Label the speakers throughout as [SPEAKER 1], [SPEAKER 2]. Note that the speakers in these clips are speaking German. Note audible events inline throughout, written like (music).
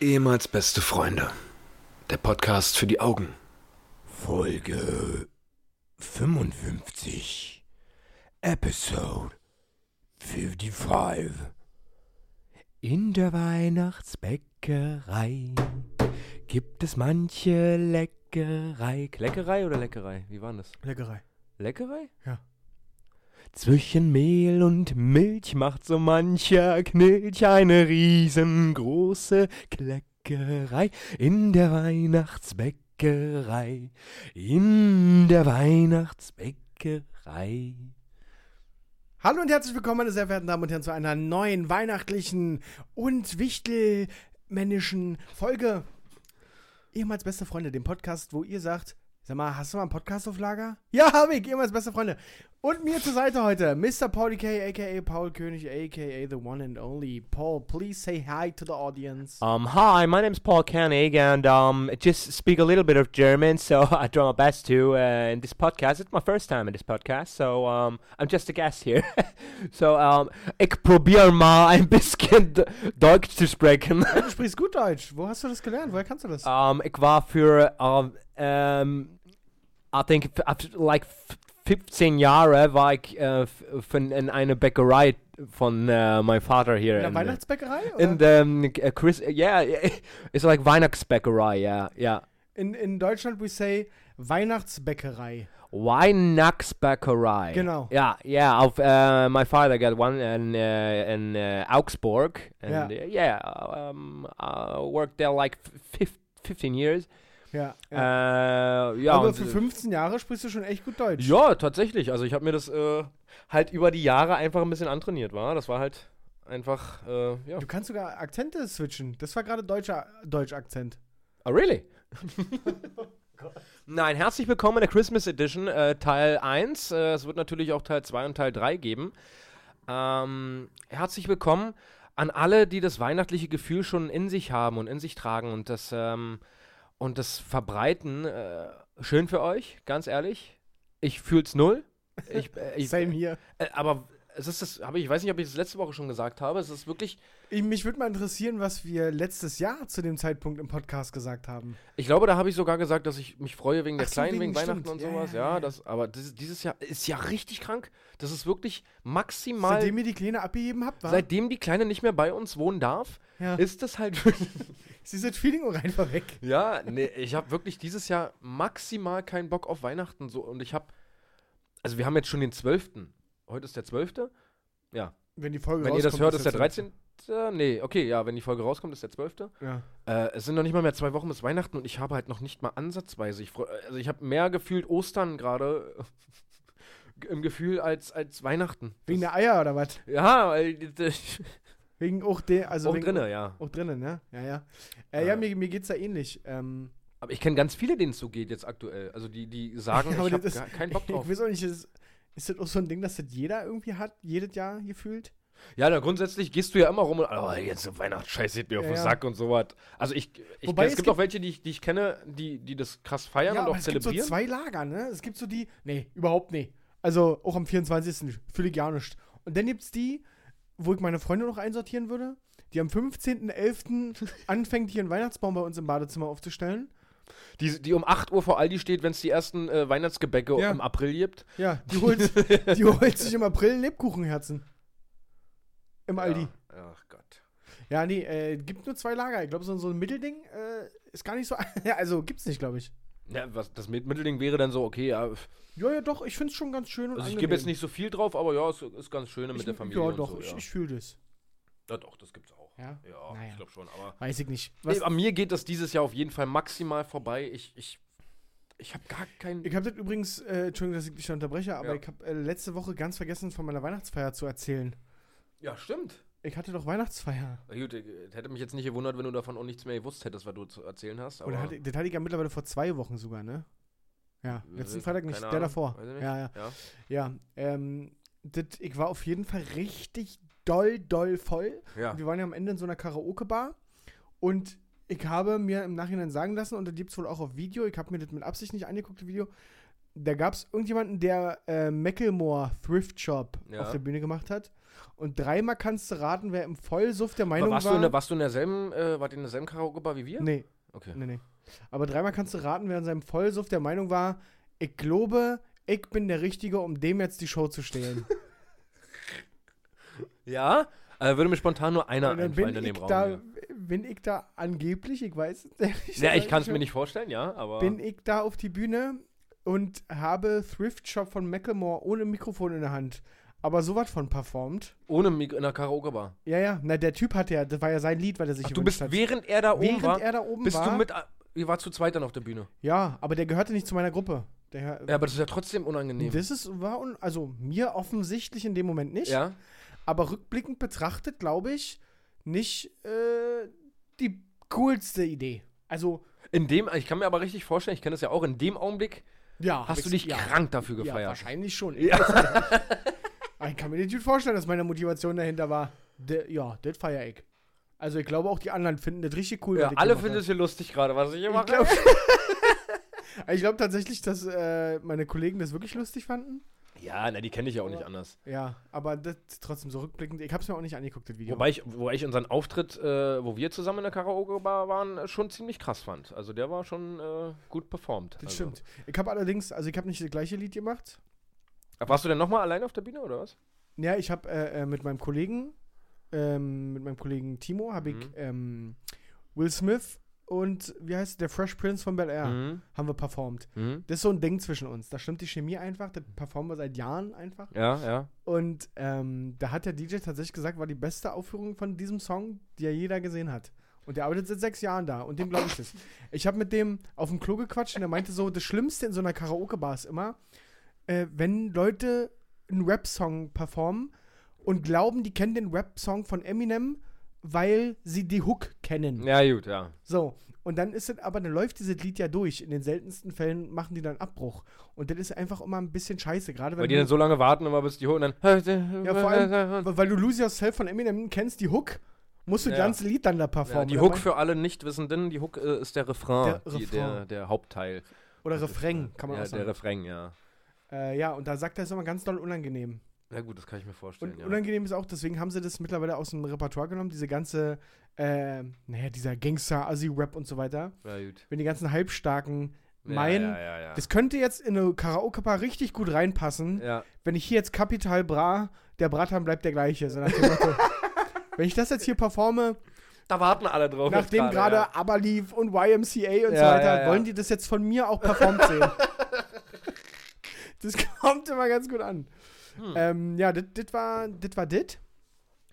[SPEAKER 1] Ehemals beste Freunde. Der Podcast für die Augen.
[SPEAKER 2] Folge 55. Episode 55. In der Weihnachtsbäckerei gibt es manche Leckerei. Leckerei oder Leckerei? Wie war das?
[SPEAKER 3] Leckerei.
[SPEAKER 2] Leckerei?
[SPEAKER 3] Ja.
[SPEAKER 2] Zwischen Mehl und Milch macht so mancher Knilch eine riesengroße Kleckerei in der Weihnachtsbäckerei. In der Weihnachtsbäckerei.
[SPEAKER 3] Hallo und herzlich willkommen, meine sehr verehrten Damen und Herren, zu einer neuen weihnachtlichen und wichtelmännischen Folge. Ehemals beste Freunde, dem Podcast, wo ihr sagt, sag mal, hast du mal einen Podcast auf Lager? Ja, hab ich, ehemals beste Freunde. Und mir zur Seite heute, Mr. Paul K., a.k.a. Paul König, a.k.a. the one and only. Paul, please say hi to the audience.
[SPEAKER 2] Um, hi, my name's Paul Koenig, and um, I just speak a little bit of German, so (laughs) I try my best to uh, in this podcast. It's my first time in this podcast, so um, I'm just a guest here. (laughs) so um, ich probiere mal ein bisschen Deutsch zu sprechen. (laughs)
[SPEAKER 3] Du sprichst gut Deutsch. Wo hast du das gelernt? Woher kannst du das?
[SPEAKER 2] Um, ich war für, um, ähm, I think, f- ab- like f- 15 Jahre war ich äh, f- von, in einer Bäckerei von äh, meinem Vater hier.
[SPEAKER 3] In der
[SPEAKER 2] in-
[SPEAKER 3] Weihnachtsbäckerei? Oder?
[SPEAKER 2] In der ähm, äh, Chris, yeah, (laughs) it's like Weihnachtsbäckerei, yeah, yeah.
[SPEAKER 3] in, in Deutschland, we say Weihnachtsbäckerei.
[SPEAKER 2] Weihnachtsbäckerei.
[SPEAKER 3] Genau.
[SPEAKER 2] Yeah, yeah. Auf, uh, my father got one in uh, in uh, Augsburg, and uh,
[SPEAKER 3] Yeah.
[SPEAKER 2] yeah, yeah um, I worked there like fif 15 years.
[SPEAKER 3] Ja. ja.
[SPEAKER 2] Ja, uh, ja
[SPEAKER 3] aber
[SPEAKER 2] und-
[SPEAKER 3] für 15 Jahre sprichst du schon echt gut Deutsch.
[SPEAKER 2] Ja, tatsächlich. Also ich habe mir das äh, halt über die Jahre einfach ein bisschen antrainiert, war. Das war halt einfach, äh, ja.
[SPEAKER 3] Du kannst sogar Akzente switchen. Das war gerade deutscher Deutsch-Akzent.
[SPEAKER 2] Oh, really? (laughs) Nein, herzlich willkommen in der Christmas Edition, äh, Teil 1. Äh, es wird natürlich auch Teil 2 und Teil 3 geben. Ähm, herzlich willkommen an alle, die das weihnachtliche Gefühl schon in sich haben und in sich tragen und das, ähm, und das verbreiten. Äh, schön für euch, ganz ehrlich. Ich fühl's null. Ich, äh, (laughs) ich,
[SPEAKER 3] Same hier.
[SPEAKER 2] Äh, aber es ist das, habe ich, ich weiß nicht, ob ich das letzte Woche schon gesagt habe. Es ist wirklich,
[SPEAKER 3] Ich, mich würde mal interessieren, was wir letztes Jahr zu dem Zeitpunkt im Podcast gesagt haben.
[SPEAKER 2] ich glaube, da habe ich sogar gesagt, dass ich mich freue wegen der
[SPEAKER 3] Ach so,
[SPEAKER 2] Kleinen, wegen
[SPEAKER 3] wegen-
[SPEAKER 2] Weihnachten
[SPEAKER 3] stimmt.
[SPEAKER 2] und
[SPEAKER 3] Ja,
[SPEAKER 2] sowas.
[SPEAKER 3] ja,
[SPEAKER 2] Ja,
[SPEAKER 3] ja.
[SPEAKER 2] das, aber das, dieses Jahr ist ja richtig krank. Das ist wirklich maximal.
[SPEAKER 3] Seitdem
[SPEAKER 2] Seitdem,
[SPEAKER 3] ihr die Kleine abgegeben habt, war.
[SPEAKER 2] die Kleine nicht mehr bei uns wohnen darf,
[SPEAKER 3] ja. ist,
[SPEAKER 2] ist das halt. (laughs)
[SPEAKER 3] ist dieses Feeling auch einfach weg.
[SPEAKER 2] ja, nee, ich habe wirklich dieses Jahr maximal keinen Bock auf Weihnachten. So, und ich habe. Also, wir haben jetzt schon den 12. Heute ist der 12.
[SPEAKER 3] Wenn die Folge
[SPEAKER 2] Wenn ihr das
[SPEAKER 3] rauskommt,
[SPEAKER 2] hört, ist der
[SPEAKER 3] jetzt
[SPEAKER 2] 13. Nee, okay, ja, wenn die Folge rauskommt, ist der 12.
[SPEAKER 3] Ja.
[SPEAKER 2] Äh, es sind noch nicht mal mehr zwei Wochen bis Weihnachten und ich habe halt noch nicht mal ansatzweise. Ich freu, also ich habe mehr gefühlt Ostern gerade (laughs) im Gefühl als, als Weihnachten.
[SPEAKER 3] Wegen der Eier oder was?
[SPEAKER 2] ja, weil das-
[SPEAKER 3] Wegen auch der. Also
[SPEAKER 2] auch
[SPEAKER 3] wegen,
[SPEAKER 2] drinne, ja.
[SPEAKER 3] Auch drinnen, ne? Ja, ja. Äh, ja,
[SPEAKER 2] Ja.
[SPEAKER 3] mir, mir geht's da ähnlich. Ähm,
[SPEAKER 2] Aber ich kenne ganz viele, denen es so geht jetzt aktuell. Also die, die
[SPEAKER 3] (laughs)
[SPEAKER 2] sagen, ich
[SPEAKER 3] Aber
[SPEAKER 2] habe
[SPEAKER 3] das ist-
[SPEAKER 2] keinen Bock
[SPEAKER 3] ich
[SPEAKER 2] drauf.
[SPEAKER 3] weiß auch nicht, ist, ist das auch so ein Ding, dass das jeder irgendwie hat, jedes Jahr gefühlt?
[SPEAKER 2] Ja, na, grundsätzlich gehst du ja immer rum und, oh, jetzt Weihnachtsscheiß geht mir auf
[SPEAKER 3] Ja,
[SPEAKER 2] den
[SPEAKER 3] ja.
[SPEAKER 2] Sack und sowas. Also ich, ich
[SPEAKER 3] Wobei
[SPEAKER 2] es,
[SPEAKER 3] es
[SPEAKER 2] gibt
[SPEAKER 3] gibt-
[SPEAKER 2] auch welche, die ich, die ich kenne, die, die das krass feiern und auch
[SPEAKER 3] es gibt so
[SPEAKER 2] zelebrieren.
[SPEAKER 3] zwei Lager, ne? Es gibt so die, nee, überhaupt nee. Also auch am 24. fühle ich gar nicht. Und dann gibt's die, wo ich meine Freunde noch einsortieren würde, die
[SPEAKER 2] (laughs)
[SPEAKER 3] am 15.11. anfängt, hier einen Weihnachtsbaum bei uns im Badezimmer aufzustellen.
[SPEAKER 2] die, die um 8 Uhr vor Aldi steht, wenn es die ersten äh, Weihnachtsgebäcke
[SPEAKER 3] Ja.
[SPEAKER 2] im April gibt.
[SPEAKER 3] Ja, die
[SPEAKER 2] (laughs)
[SPEAKER 3] holt, die holt sich im April Lebkuchenherzen. Im Aldi.
[SPEAKER 2] Ja. Ach Gott.
[SPEAKER 3] Ja, nee, äh, gibt nur zwei Lager. Ich glaube, so, so ein Mittelding äh, ist gar nicht so. Ja, (laughs) also gibt's nicht, glaube ich.
[SPEAKER 2] Ja, was, das Mit- Mittelding wäre dann so, okay, ja, f-
[SPEAKER 3] Ja, ja, doch, ich finde es schon ganz schön und
[SPEAKER 2] also ich
[SPEAKER 3] angenehm.
[SPEAKER 2] gebe jetzt nicht so viel drauf, aber ja, es ist ganz schön mit
[SPEAKER 3] Ich-
[SPEAKER 2] der Familie.
[SPEAKER 3] Ja,
[SPEAKER 2] und
[SPEAKER 3] doch,
[SPEAKER 2] so,
[SPEAKER 3] ich,
[SPEAKER 2] ja.
[SPEAKER 3] ich fühle das.
[SPEAKER 2] ja, doch, das gibt's auch.
[SPEAKER 3] Ja.
[SPEAKER 2] Ja,
[SPEAKER 3] Naja.
[SPEAKER 2] ich glaube schon, aber.
[SPEAKER 3] Weiß ich nicht.
[SPEAKER 2] Nee, an mir geht das dieses Jahr auf jeden Fall maximal vorbei. Ich, ich, ich habe gar keinen.
[SPEAKER 3] Ich habe das übrigens, äh, Entschuldigung, dass ich dich da unterbreche, aber
[SPEAKER 2] Ja.
[SPEAKER 3] ich habe äh, letzte Woche ganz vergessen, von meiner Weihnachtsfeier zu erzählen.
[SPEAKER 2] ja, stimmt.
[SPEAKER 3] Ich hatte doch Weihnachtsfeier.
[SPEAKER 2] Na Gut, äh, hätte mich jetzt nicht gewundert, wenn du davon auch nichts mehr gewusst hättest, was du zu erzählen hast. Aber
[SPEAKER 3] Oder hatte, das hatte ich ja mittlerweile vor zwei Wochen sogar, ne? Ja,
[SPEAKER 2] Äh,
[SPEAKER 3] letzten Freitag nicht,
[SPEAKER 2] keine
[SPEAKER 3] der
[SPEAKER 2] Ahnung,
[SPEAKER 3] davor.
[SPEAKER 2] weiß ich nicht.
[SPEAKER 3] Ja, ja.
[SPEAKER 2] Ja.
[SPEAKER 3] Ja, ähm, das, ich war auf jeden Fall richtig doll, doll voll.
[SPEAKER 2] ja.
[SPEAKER 3] Wir waren ja am Ende in so einer Karaoke-Bar und ich habe mir im Nachhinein sagen lassen, und da gibt es wohl auch auf Video, ich habe mir das mit Absicht nicht angeguckt, das Video, da gab es irgendjemanden, der äh, Macklemore Thrift Shop
[SPEAKER 2] Ja.
[SPEAKER 3] auf der Bühne gemacht hat. Und dreimal kannst du raten, wer im Vollsuff der
[SPEAKER 2] Aber
[SPEAKER 3] Meinung
[SPEAKER 2] warst,
[SPEAKER 3] war.
[SPEAKER 2] du in der, warst du in derselben, äh, wart ihr in derselben Karaoke-Bar wie wir?
[SPEAKER 3] nee,
[SPEAKER 2] Okay.
[SPEAKER 3] nee, nee. Aber dreimal kannst du raten, wer in seinem Vollsuff der Meinung war, ich glaube, ich bin der Richtige, um dem jetzt die Show
[SPEAKER 2] (laughs)
[SPEAKER 3] zu stehlen.
[SPEAKER 2] Ja? Äh, würde mir spontan nur einer
[SPEAKER 3] Und dann
[SPEAKER 2] einfallen in
[SPEAKER 3] bin ich,
[SPEAKER 2] dem Raum.
[SPEAKER 3] da, (laughs)
[SPEAKER 2] hier.
[SPEAKER 3] bin ich da angeblich, ich weiß es ehrlich
[SPEAKER 2] Ja, ich
[SPEAKER 3] gesagt
[SPEAKER 2] kann es mir nicht vorstellen, ja, aber.
[SPEAKER 3] bin ich da auf die Bühne und habe Thrift Shop von Macklemore ohne Mikrofon in der Hand. Aber so was von performt.
[SPEAKER 2] ohne Mik in der Karaoke-Bar.
[SPEAKER 3] Ja, ja. Na, der Typ hat ja, das war ja sein Lied, weil er sich
[SPEAKER 2] Ach, du bist,
[SPEAKER 3] gewünscht hat.
[SPEAKER 2] während er da oben
[SPEAKER 3] halt Während
[SPEAKER 2] war,
[SPEAKER 3] er da oben
[SPEAKER 2] bist
[SPEAKER 3] war.
[SPEAKER 2] du mit. ah, Ihr war zu zweit dann auf der Bühne.
[SPEAKER 3] ja, aber der gehörte nicht zu meiner Gruppe. Der,
[SPEAKER 2] Ja, aber das ist ja trotzdem unangenehm.
[SPEAKER 3] Das ist, war, un, also mir offensichtlich in dem Moment nicht.
[SPEAKER 2] ja?
[SPEAKER 3] Aber rückblickend betrachtet, glaube ich, nicht äh, die coolste Idee. Also,
[SPEAKER 2] In dem, ich kann mir aber richtig vorstellen, ich kenne das ja auch, in dem Augenblick
[SPEAKER 3] ja. hab
[SPEAKER 2] hast du
[SPEAKER 3] ich's-
[SPEAKER 2] dich
[SPEAKER 3] ja,
[SPEAKER 2] krank dafür
[SPEAKER 3] Ja,
[SPEAKER 2] gefeiert.
[SPEAKER 3] wahrscheinlich schon. (laughs) ich kann mir nicht gut vorstellen, dass meine Motivation dahinter war. De, ja, das feier ich. Also ich glaube auch die anderen finden das richtig cool.
[SPEAKER 2] Ja,
[SPEAKER 3] was ich
[SPEAKER 2] alle
[SPEAKER 3] gemacht
[SPEAKER 2] finden
[SPEAKER 3] hab.
[SPEAKER 2] es hier lustig gerade, was ich hier mache.
[SPEAKER 3] glaub- (laughs) Ich glaube tatsächlich, dass äh, meine Kollegen das wirklich lustig fanden.
[SPEAKER 2] ja, na, die kenne ich ja auch nicht anders.
[SPEAKER 3] Ja, aber das trotzdem so rückblickend. Ich habe es mir auch nicht angeguckt, das Video.
[SPEAKER 2] Wobei ich, wobei ich unseren Auftritt, äh, wo wir zusammen in der Karaoke-Bar waren, äh, schon ziemlich krass fand. Also der war schon äh, gut performt.
[SPEAKER 3] das
[SPEAKER 2] also.
[SPEAKER 3] stimmt. Ich habe allerdings, also ich habe nicht das gleiche Lied gemacht.
[SPEAKER 2] Aber Warst du denn nochmal alleine auf der Bühne oder was?
[SPEAKER 3] Ja, ich habe äh, äh, mit meinem Kollegen, ähm, mit meinem Kollegen Timo, habe ich
[SPEAKER 2] Mhm.
[SPEAKER 3] ähm, Will Smith und wie heißt der Fresh Prince von Bel Air
[SPEAKER 2] Mhm.
[SPEAKER 3] haben wir performt.
[SPEAKER 2] Mhm.
[SPEAKER 3] Das ist so ein Ding zwischen uns. Da stimmt die Chemie einfach, das performen wir seit Jahren einfach.
[SPEAKER 2] Ja, ja.
[SPEAKER 3] Und ähm, da hat der DJ tatsächlich gesagt, war die beste Aufführung von diesem Song, die ja jeder gesehen hat. Und der arbeitet seit sechs Jahren da und dem glaube ich das. Ich habe mit dem auf dem Klo gequatscht und er meinte so, das Schlimmste in so einer Karaoke-Bar ist immer, äh, wenn Leute einen Rap-Song performen und glauben, die kennen den Rap-Song von Eminem, weil sie die Hook kennen.
[SPEAKER 2] Ja, gut, ja.
[SPEAKER 3] So, und dann ist es, aber dann läuft dieses Lied ja durch. In den seltensten Fällen machen die dann Abbruch. Und das ist einfach immer ein bisschen scheiße, gerade wenn
[SPEAKER 2] Weil die
[SPEAKER 3] du,
[SPEAKER 2] dann so lange warten, immer bis die holen und dann.
[SPEAKER 3] Ja, vor allem, weil du Lose Yourself von Eminem kennst, die Hook, musst du das
[SPEAKER 2] Ja.
[SPEAKER 3] ganze Lied dann da
[SPEAKER 2] Ja,
[SPEAKER 3] performen.
[SPEAKER 2] die
[SPEAKER 3] oder
[SPEAKER 2] Hook
[SPEAKER 3] mein-
[SPEAKER 2] für alle Nichtwissenden, die Hook äh, ist der Refrain,
[SPEAKER 3] Der
[SPEAKER 2] die,
[SPEAKER 3] Refrain.
[SPEAKER 2] der, der Hauptteil.
[SPEAKER 3] Oder Refrain, kann man
[SPEAKER 2] ja,
[SPEAKER 3] auch
[SPEAKER 2] der
[SPEAKER 3] sagen.
[SPEAKER 2] Refrain, ja.
[SPEAKER 3] Äh, ja, und da sagt er, ist immer ganz doll unangenehm.
[SPEAKER 2] Na gut, das kann ich mir vorstellen.
[SPEAKER 3] Und
[SPEAKER 2] ja.
[SPEAKER 3] unangenehm ist auch, deswegen haben sie das mittlerweile aus dem Repertoire genommen, diese ganze, äh, naja, dieser Gangster-Assi-Rap und so weiter.
[SPEAKER 2] ja, gut.
[SPEAKER 3] Wenn die ganzen Halbstarken
[SPEAKER 2] Ja,
[SPEAKER 3] meinen,
[SPEAKER 2] Ja, ja, ja.
[SPEAKER 3] das könnte jetzt in eine Karaoke-Bar richtig gut reinpassen,
[SPEAKER 2] ja.
[SPEAKER 3] wenn ich hier jetzt Kapital Bra, der Bratan bleibt der gleiche. So nach
[SPEAKER 2] (laughs)
[SPEAKER 3] dem Motto. wenn ich das jetzt hier performe,
[SPEAKER 2] Da warten alle drauf. jetzt
[SPEAKER 3] nachdem gerade
[SPEAKER 2] ja.
[SPEAKER 3] ABBA lief und YMCA und so
[SPEAKER 2] Ja,
[SPEAKER 3] weiter,
[SPEAKER 2] ja, ja.
[SPEAKER 3] wollen die das jetzt von mir auch performt sehen. das (laughs) kommt immer ganz gut an.
[SPEAKER 2] Hm.
[SPEAKER 3] Ähm, ja, das das war das. War dit.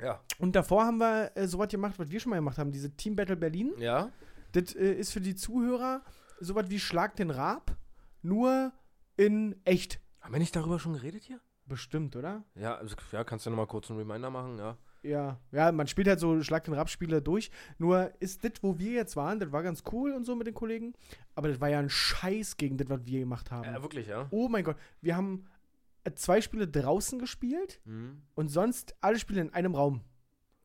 [SPEAKER 2] Ja.
[SPEAKER 3] und davor haben wir äh, sowas gemacht, was wir schon mal gemacht haben, diese Team Battle Berlin.
[SPEAKER 2] ja.
[SPEAKER 3] Das äh, ist für die Zuhörer sowas wie Schlag den Raab, nur in echt.
[SPEAKER 2] Haben wir nicht darüber schon geredet hier?
[SPEAKER 3] Bestimmt, oder?
[SPEAKER 2] Ja, also, ja kannst du nochmal kurz einen Reminder machen, ja.
[SPEAKER 3] Ja, ja, man spielt halt so Schlag den Rapspiele durch. Nur ist das, wo wir jetzt waren, das war ganz cool und so mit den Kollegen. Aber das war ja ein Scheiß gegen das, was wir gemacht haben.
[SPEAKER 2] Ja, wirklich, ja.
[SPEAKER 3] oh mein Gott, wir haben äh, zwei Spiele draußen gespielt
[SPEAKER 2] Mhm.
[SPEAKER 3] und sonst alle Spiele in einem Raum.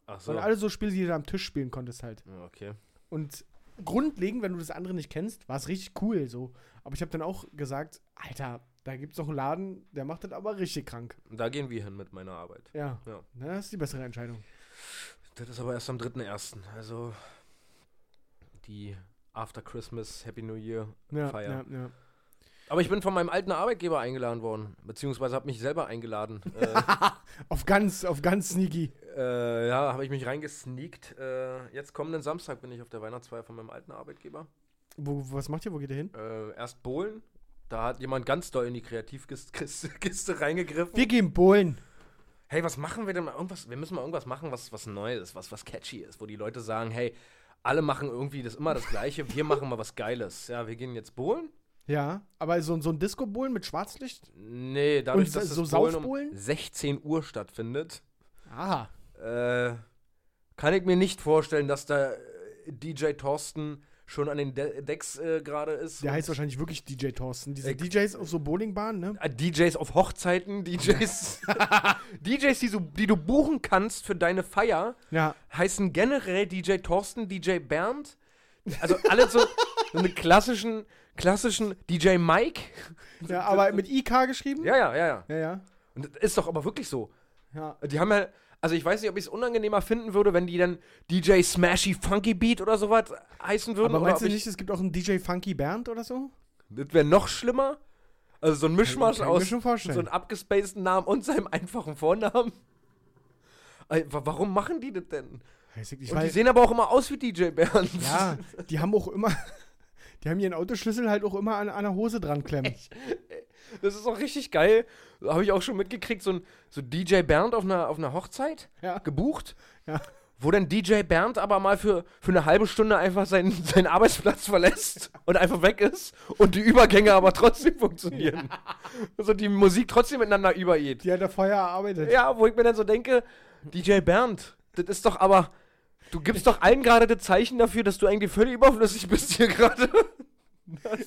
[SPEAKER 2] Ach so.
[SPEAKER 3] Und alle so Spiele, die du da am Tisch spielen konntest halt.
[SPEAKER 2] Ja, okay.
[SPEAKER 3] Und grundlegend, wenn du das andere nicht kennst, war es richtig cool so. Aber ich habe dann auch gesagt, Alter, da gibt's noch einen Laden, der macht das aber richtig krank.
[SPEAKER 2] Da gehen wir hin mit meiner Arbeit.
[SPEAKER 3] Ja,
[SPEAKER 2] Ja.
[SPEAKER 3] ne, das ist die bessere Entscheidung.
[SPEAKER 2] Das ist aber erst am 3.1. Also die After Christmas, Happy New Year
[SPEAKER 3] Ja,
[SPEAKER 2] Feier.
[SPEAKER 3] ja, ja.
[SPEAKER 2] Aber ich bin von meinem alten Arbeitgeber eingeladen worden, beziehungsweise habe mich selber
[SPEAKER 3] (laughs)
[SPEAKER 2] eingeladen. äh,
[SPEAKER 3] Auf ganz, auf ganz sneaky.
[SPEAKER 2] äh, ja, habe ich mich reingesneakt. Äh, jetzt kommenden Samstag bin ich auf der Weihnachtsfeier von meinem alten Arbeitgeber.
[SPEAKER 3] Wo, was macht ihr? Wo geht ihr hin?
[SPEAKER 2] Äh, erst Bohlen. Da hat jemand ganz doll in die Kreativkiste (laughs) Kiste reingegriffen.
[SPEAKER 3] Wir gehen Bohlen.
[SPEAKER 2] hey, was machen wir denn mal? Irgendwas, wir müssen mal irgendwas machen, was, was neu ist, was, was catchy ist, wo die Leute sagen, hey, alle machen irgendwie das immer das Gleiche, wir machen mal was Geiles. Ja, wir gehen jetzt Bohlen.
[SPEAKER 3] Ja, aber so, so ein Disco-Bohlen mit Schwarzlicht?
[SPEAKER 2] Nee, dadurch,
[SPEAKER 3] Und
[SPEAKER 2] dass
[SPEAKER 3] so
[SPEAKER 2] das Bohlen um
[SPEAKER 3] Saufbohlen?
[SPEAKER 2] 16 Uhr stattfindet,
[SPEAKER 3] Aha.
[SPEAKER 2] äh, kann ich mir nicht vorstellen, dass da äh, DJ Thorsten schon an den De Decks äh, gerade ist.
[SPEAKER 3] Der
[SPEAKER 2] und-
[SPEAKER 3] heißt wahrscheinlich wirklich DJ Thorsten. Diese
[SPEAKER 2] Äh,
[SPEAKER 3] DJs auf so Bowlingbahnen, ne?
[SPEAKER 2] Ah, DJs auf
[SPEAKER 3] (laughs)
[SPEAKER 2] Hochzeiten, (laughs) DJs, DJs, die, so, die du buchen kannst für deine Feier,
[SPEAKER 3] Ja.
[SPEAKER 2] heißen generell DJ Thorsten, DJ Bernd. Also alle
[SPEAKER 3] (laughs)
[SPEAKER 2] so, so einen klassischen, klassischen DJ Mike.
[SPEAKER 3] ja aber mit IK geschrieben?
[SPEAKER 2] Ja, ja, ja, ja.
[SPEAKER 3] Ja, ja.
[SPEAKER 2] Und das ist doch aber wirklich so.
[SPEAKER 3] ja.
[SPEAKER 2] Die haben ja Also ich weiß nicht, ob ich es unangenehmer finden würde, wenn die dann DJ Smashy Funky Beat oder sowas heißen würden.
[SPEAKER 3] Aber meinst
[SPEAKER 2] oder
[SPEAKER 3] du
[SPEAKER 2] ob
[SPEAKER 3] nicht, es gibt auch einen DJ Funky Bernd oder so?
[SPEAKER 2] Ich, das wäre noch schlimmer. Also so ein Mischmasch
[SPEAKER 3] kann ich mir
[SPEAKER 2] aus
[SPEAKER 3] schon vorstellen.
[SPEAKER 2] so einem abgespaceden Namen und seinem einfachen Vornamen. Ey, wa- Warum machen die das denn?
[SPEAKER 3] Weiß ich nicht,
[SPEAKER 2] Und die
[SPEAKER 3] weil,
[SPEAKER 2] sehen aber auch immer aus wie DJ Bernd.
[SPEAKER 3] ja, die haben auch immer, (laughs) die haben ihren Autoschlüssel halt auch immer an an der Hose dran klemmen.
[SPEAKER 2] (laughs) Das ist auch richtig geil. Habe ich auch schon mitgekriegt, so ein so DJ Bernd auf einer, auf einer Hochzeit
[SPEAKER 3] Ja.
[SPEAKER 2] gebucht.
[SPEAKER 3] Ja.
[SPEAKER 2] Wo dann DJ Bernd aber mal für, für eine halbe Stunde einfach seinen, (laughs) seinen Arbeitsplatz verlässt und einfach weg ist und die Übergänge aber trotzdem
[SPEAKER 3] (laughs)
[SPEAKER 2] funktionieren. Also die Musik trotzdem miteinander übergeht.
[SPEAKER 3] Die hat er vorher erarbeitet.
[SPEAKER 2] Ja, wo ich mir dann so denke, DJ Bernd, das ist doch aber, du gibst doch allen gerade das Zeichen dafür, dass du eigentlich völlig überflüssig bist hier gerade.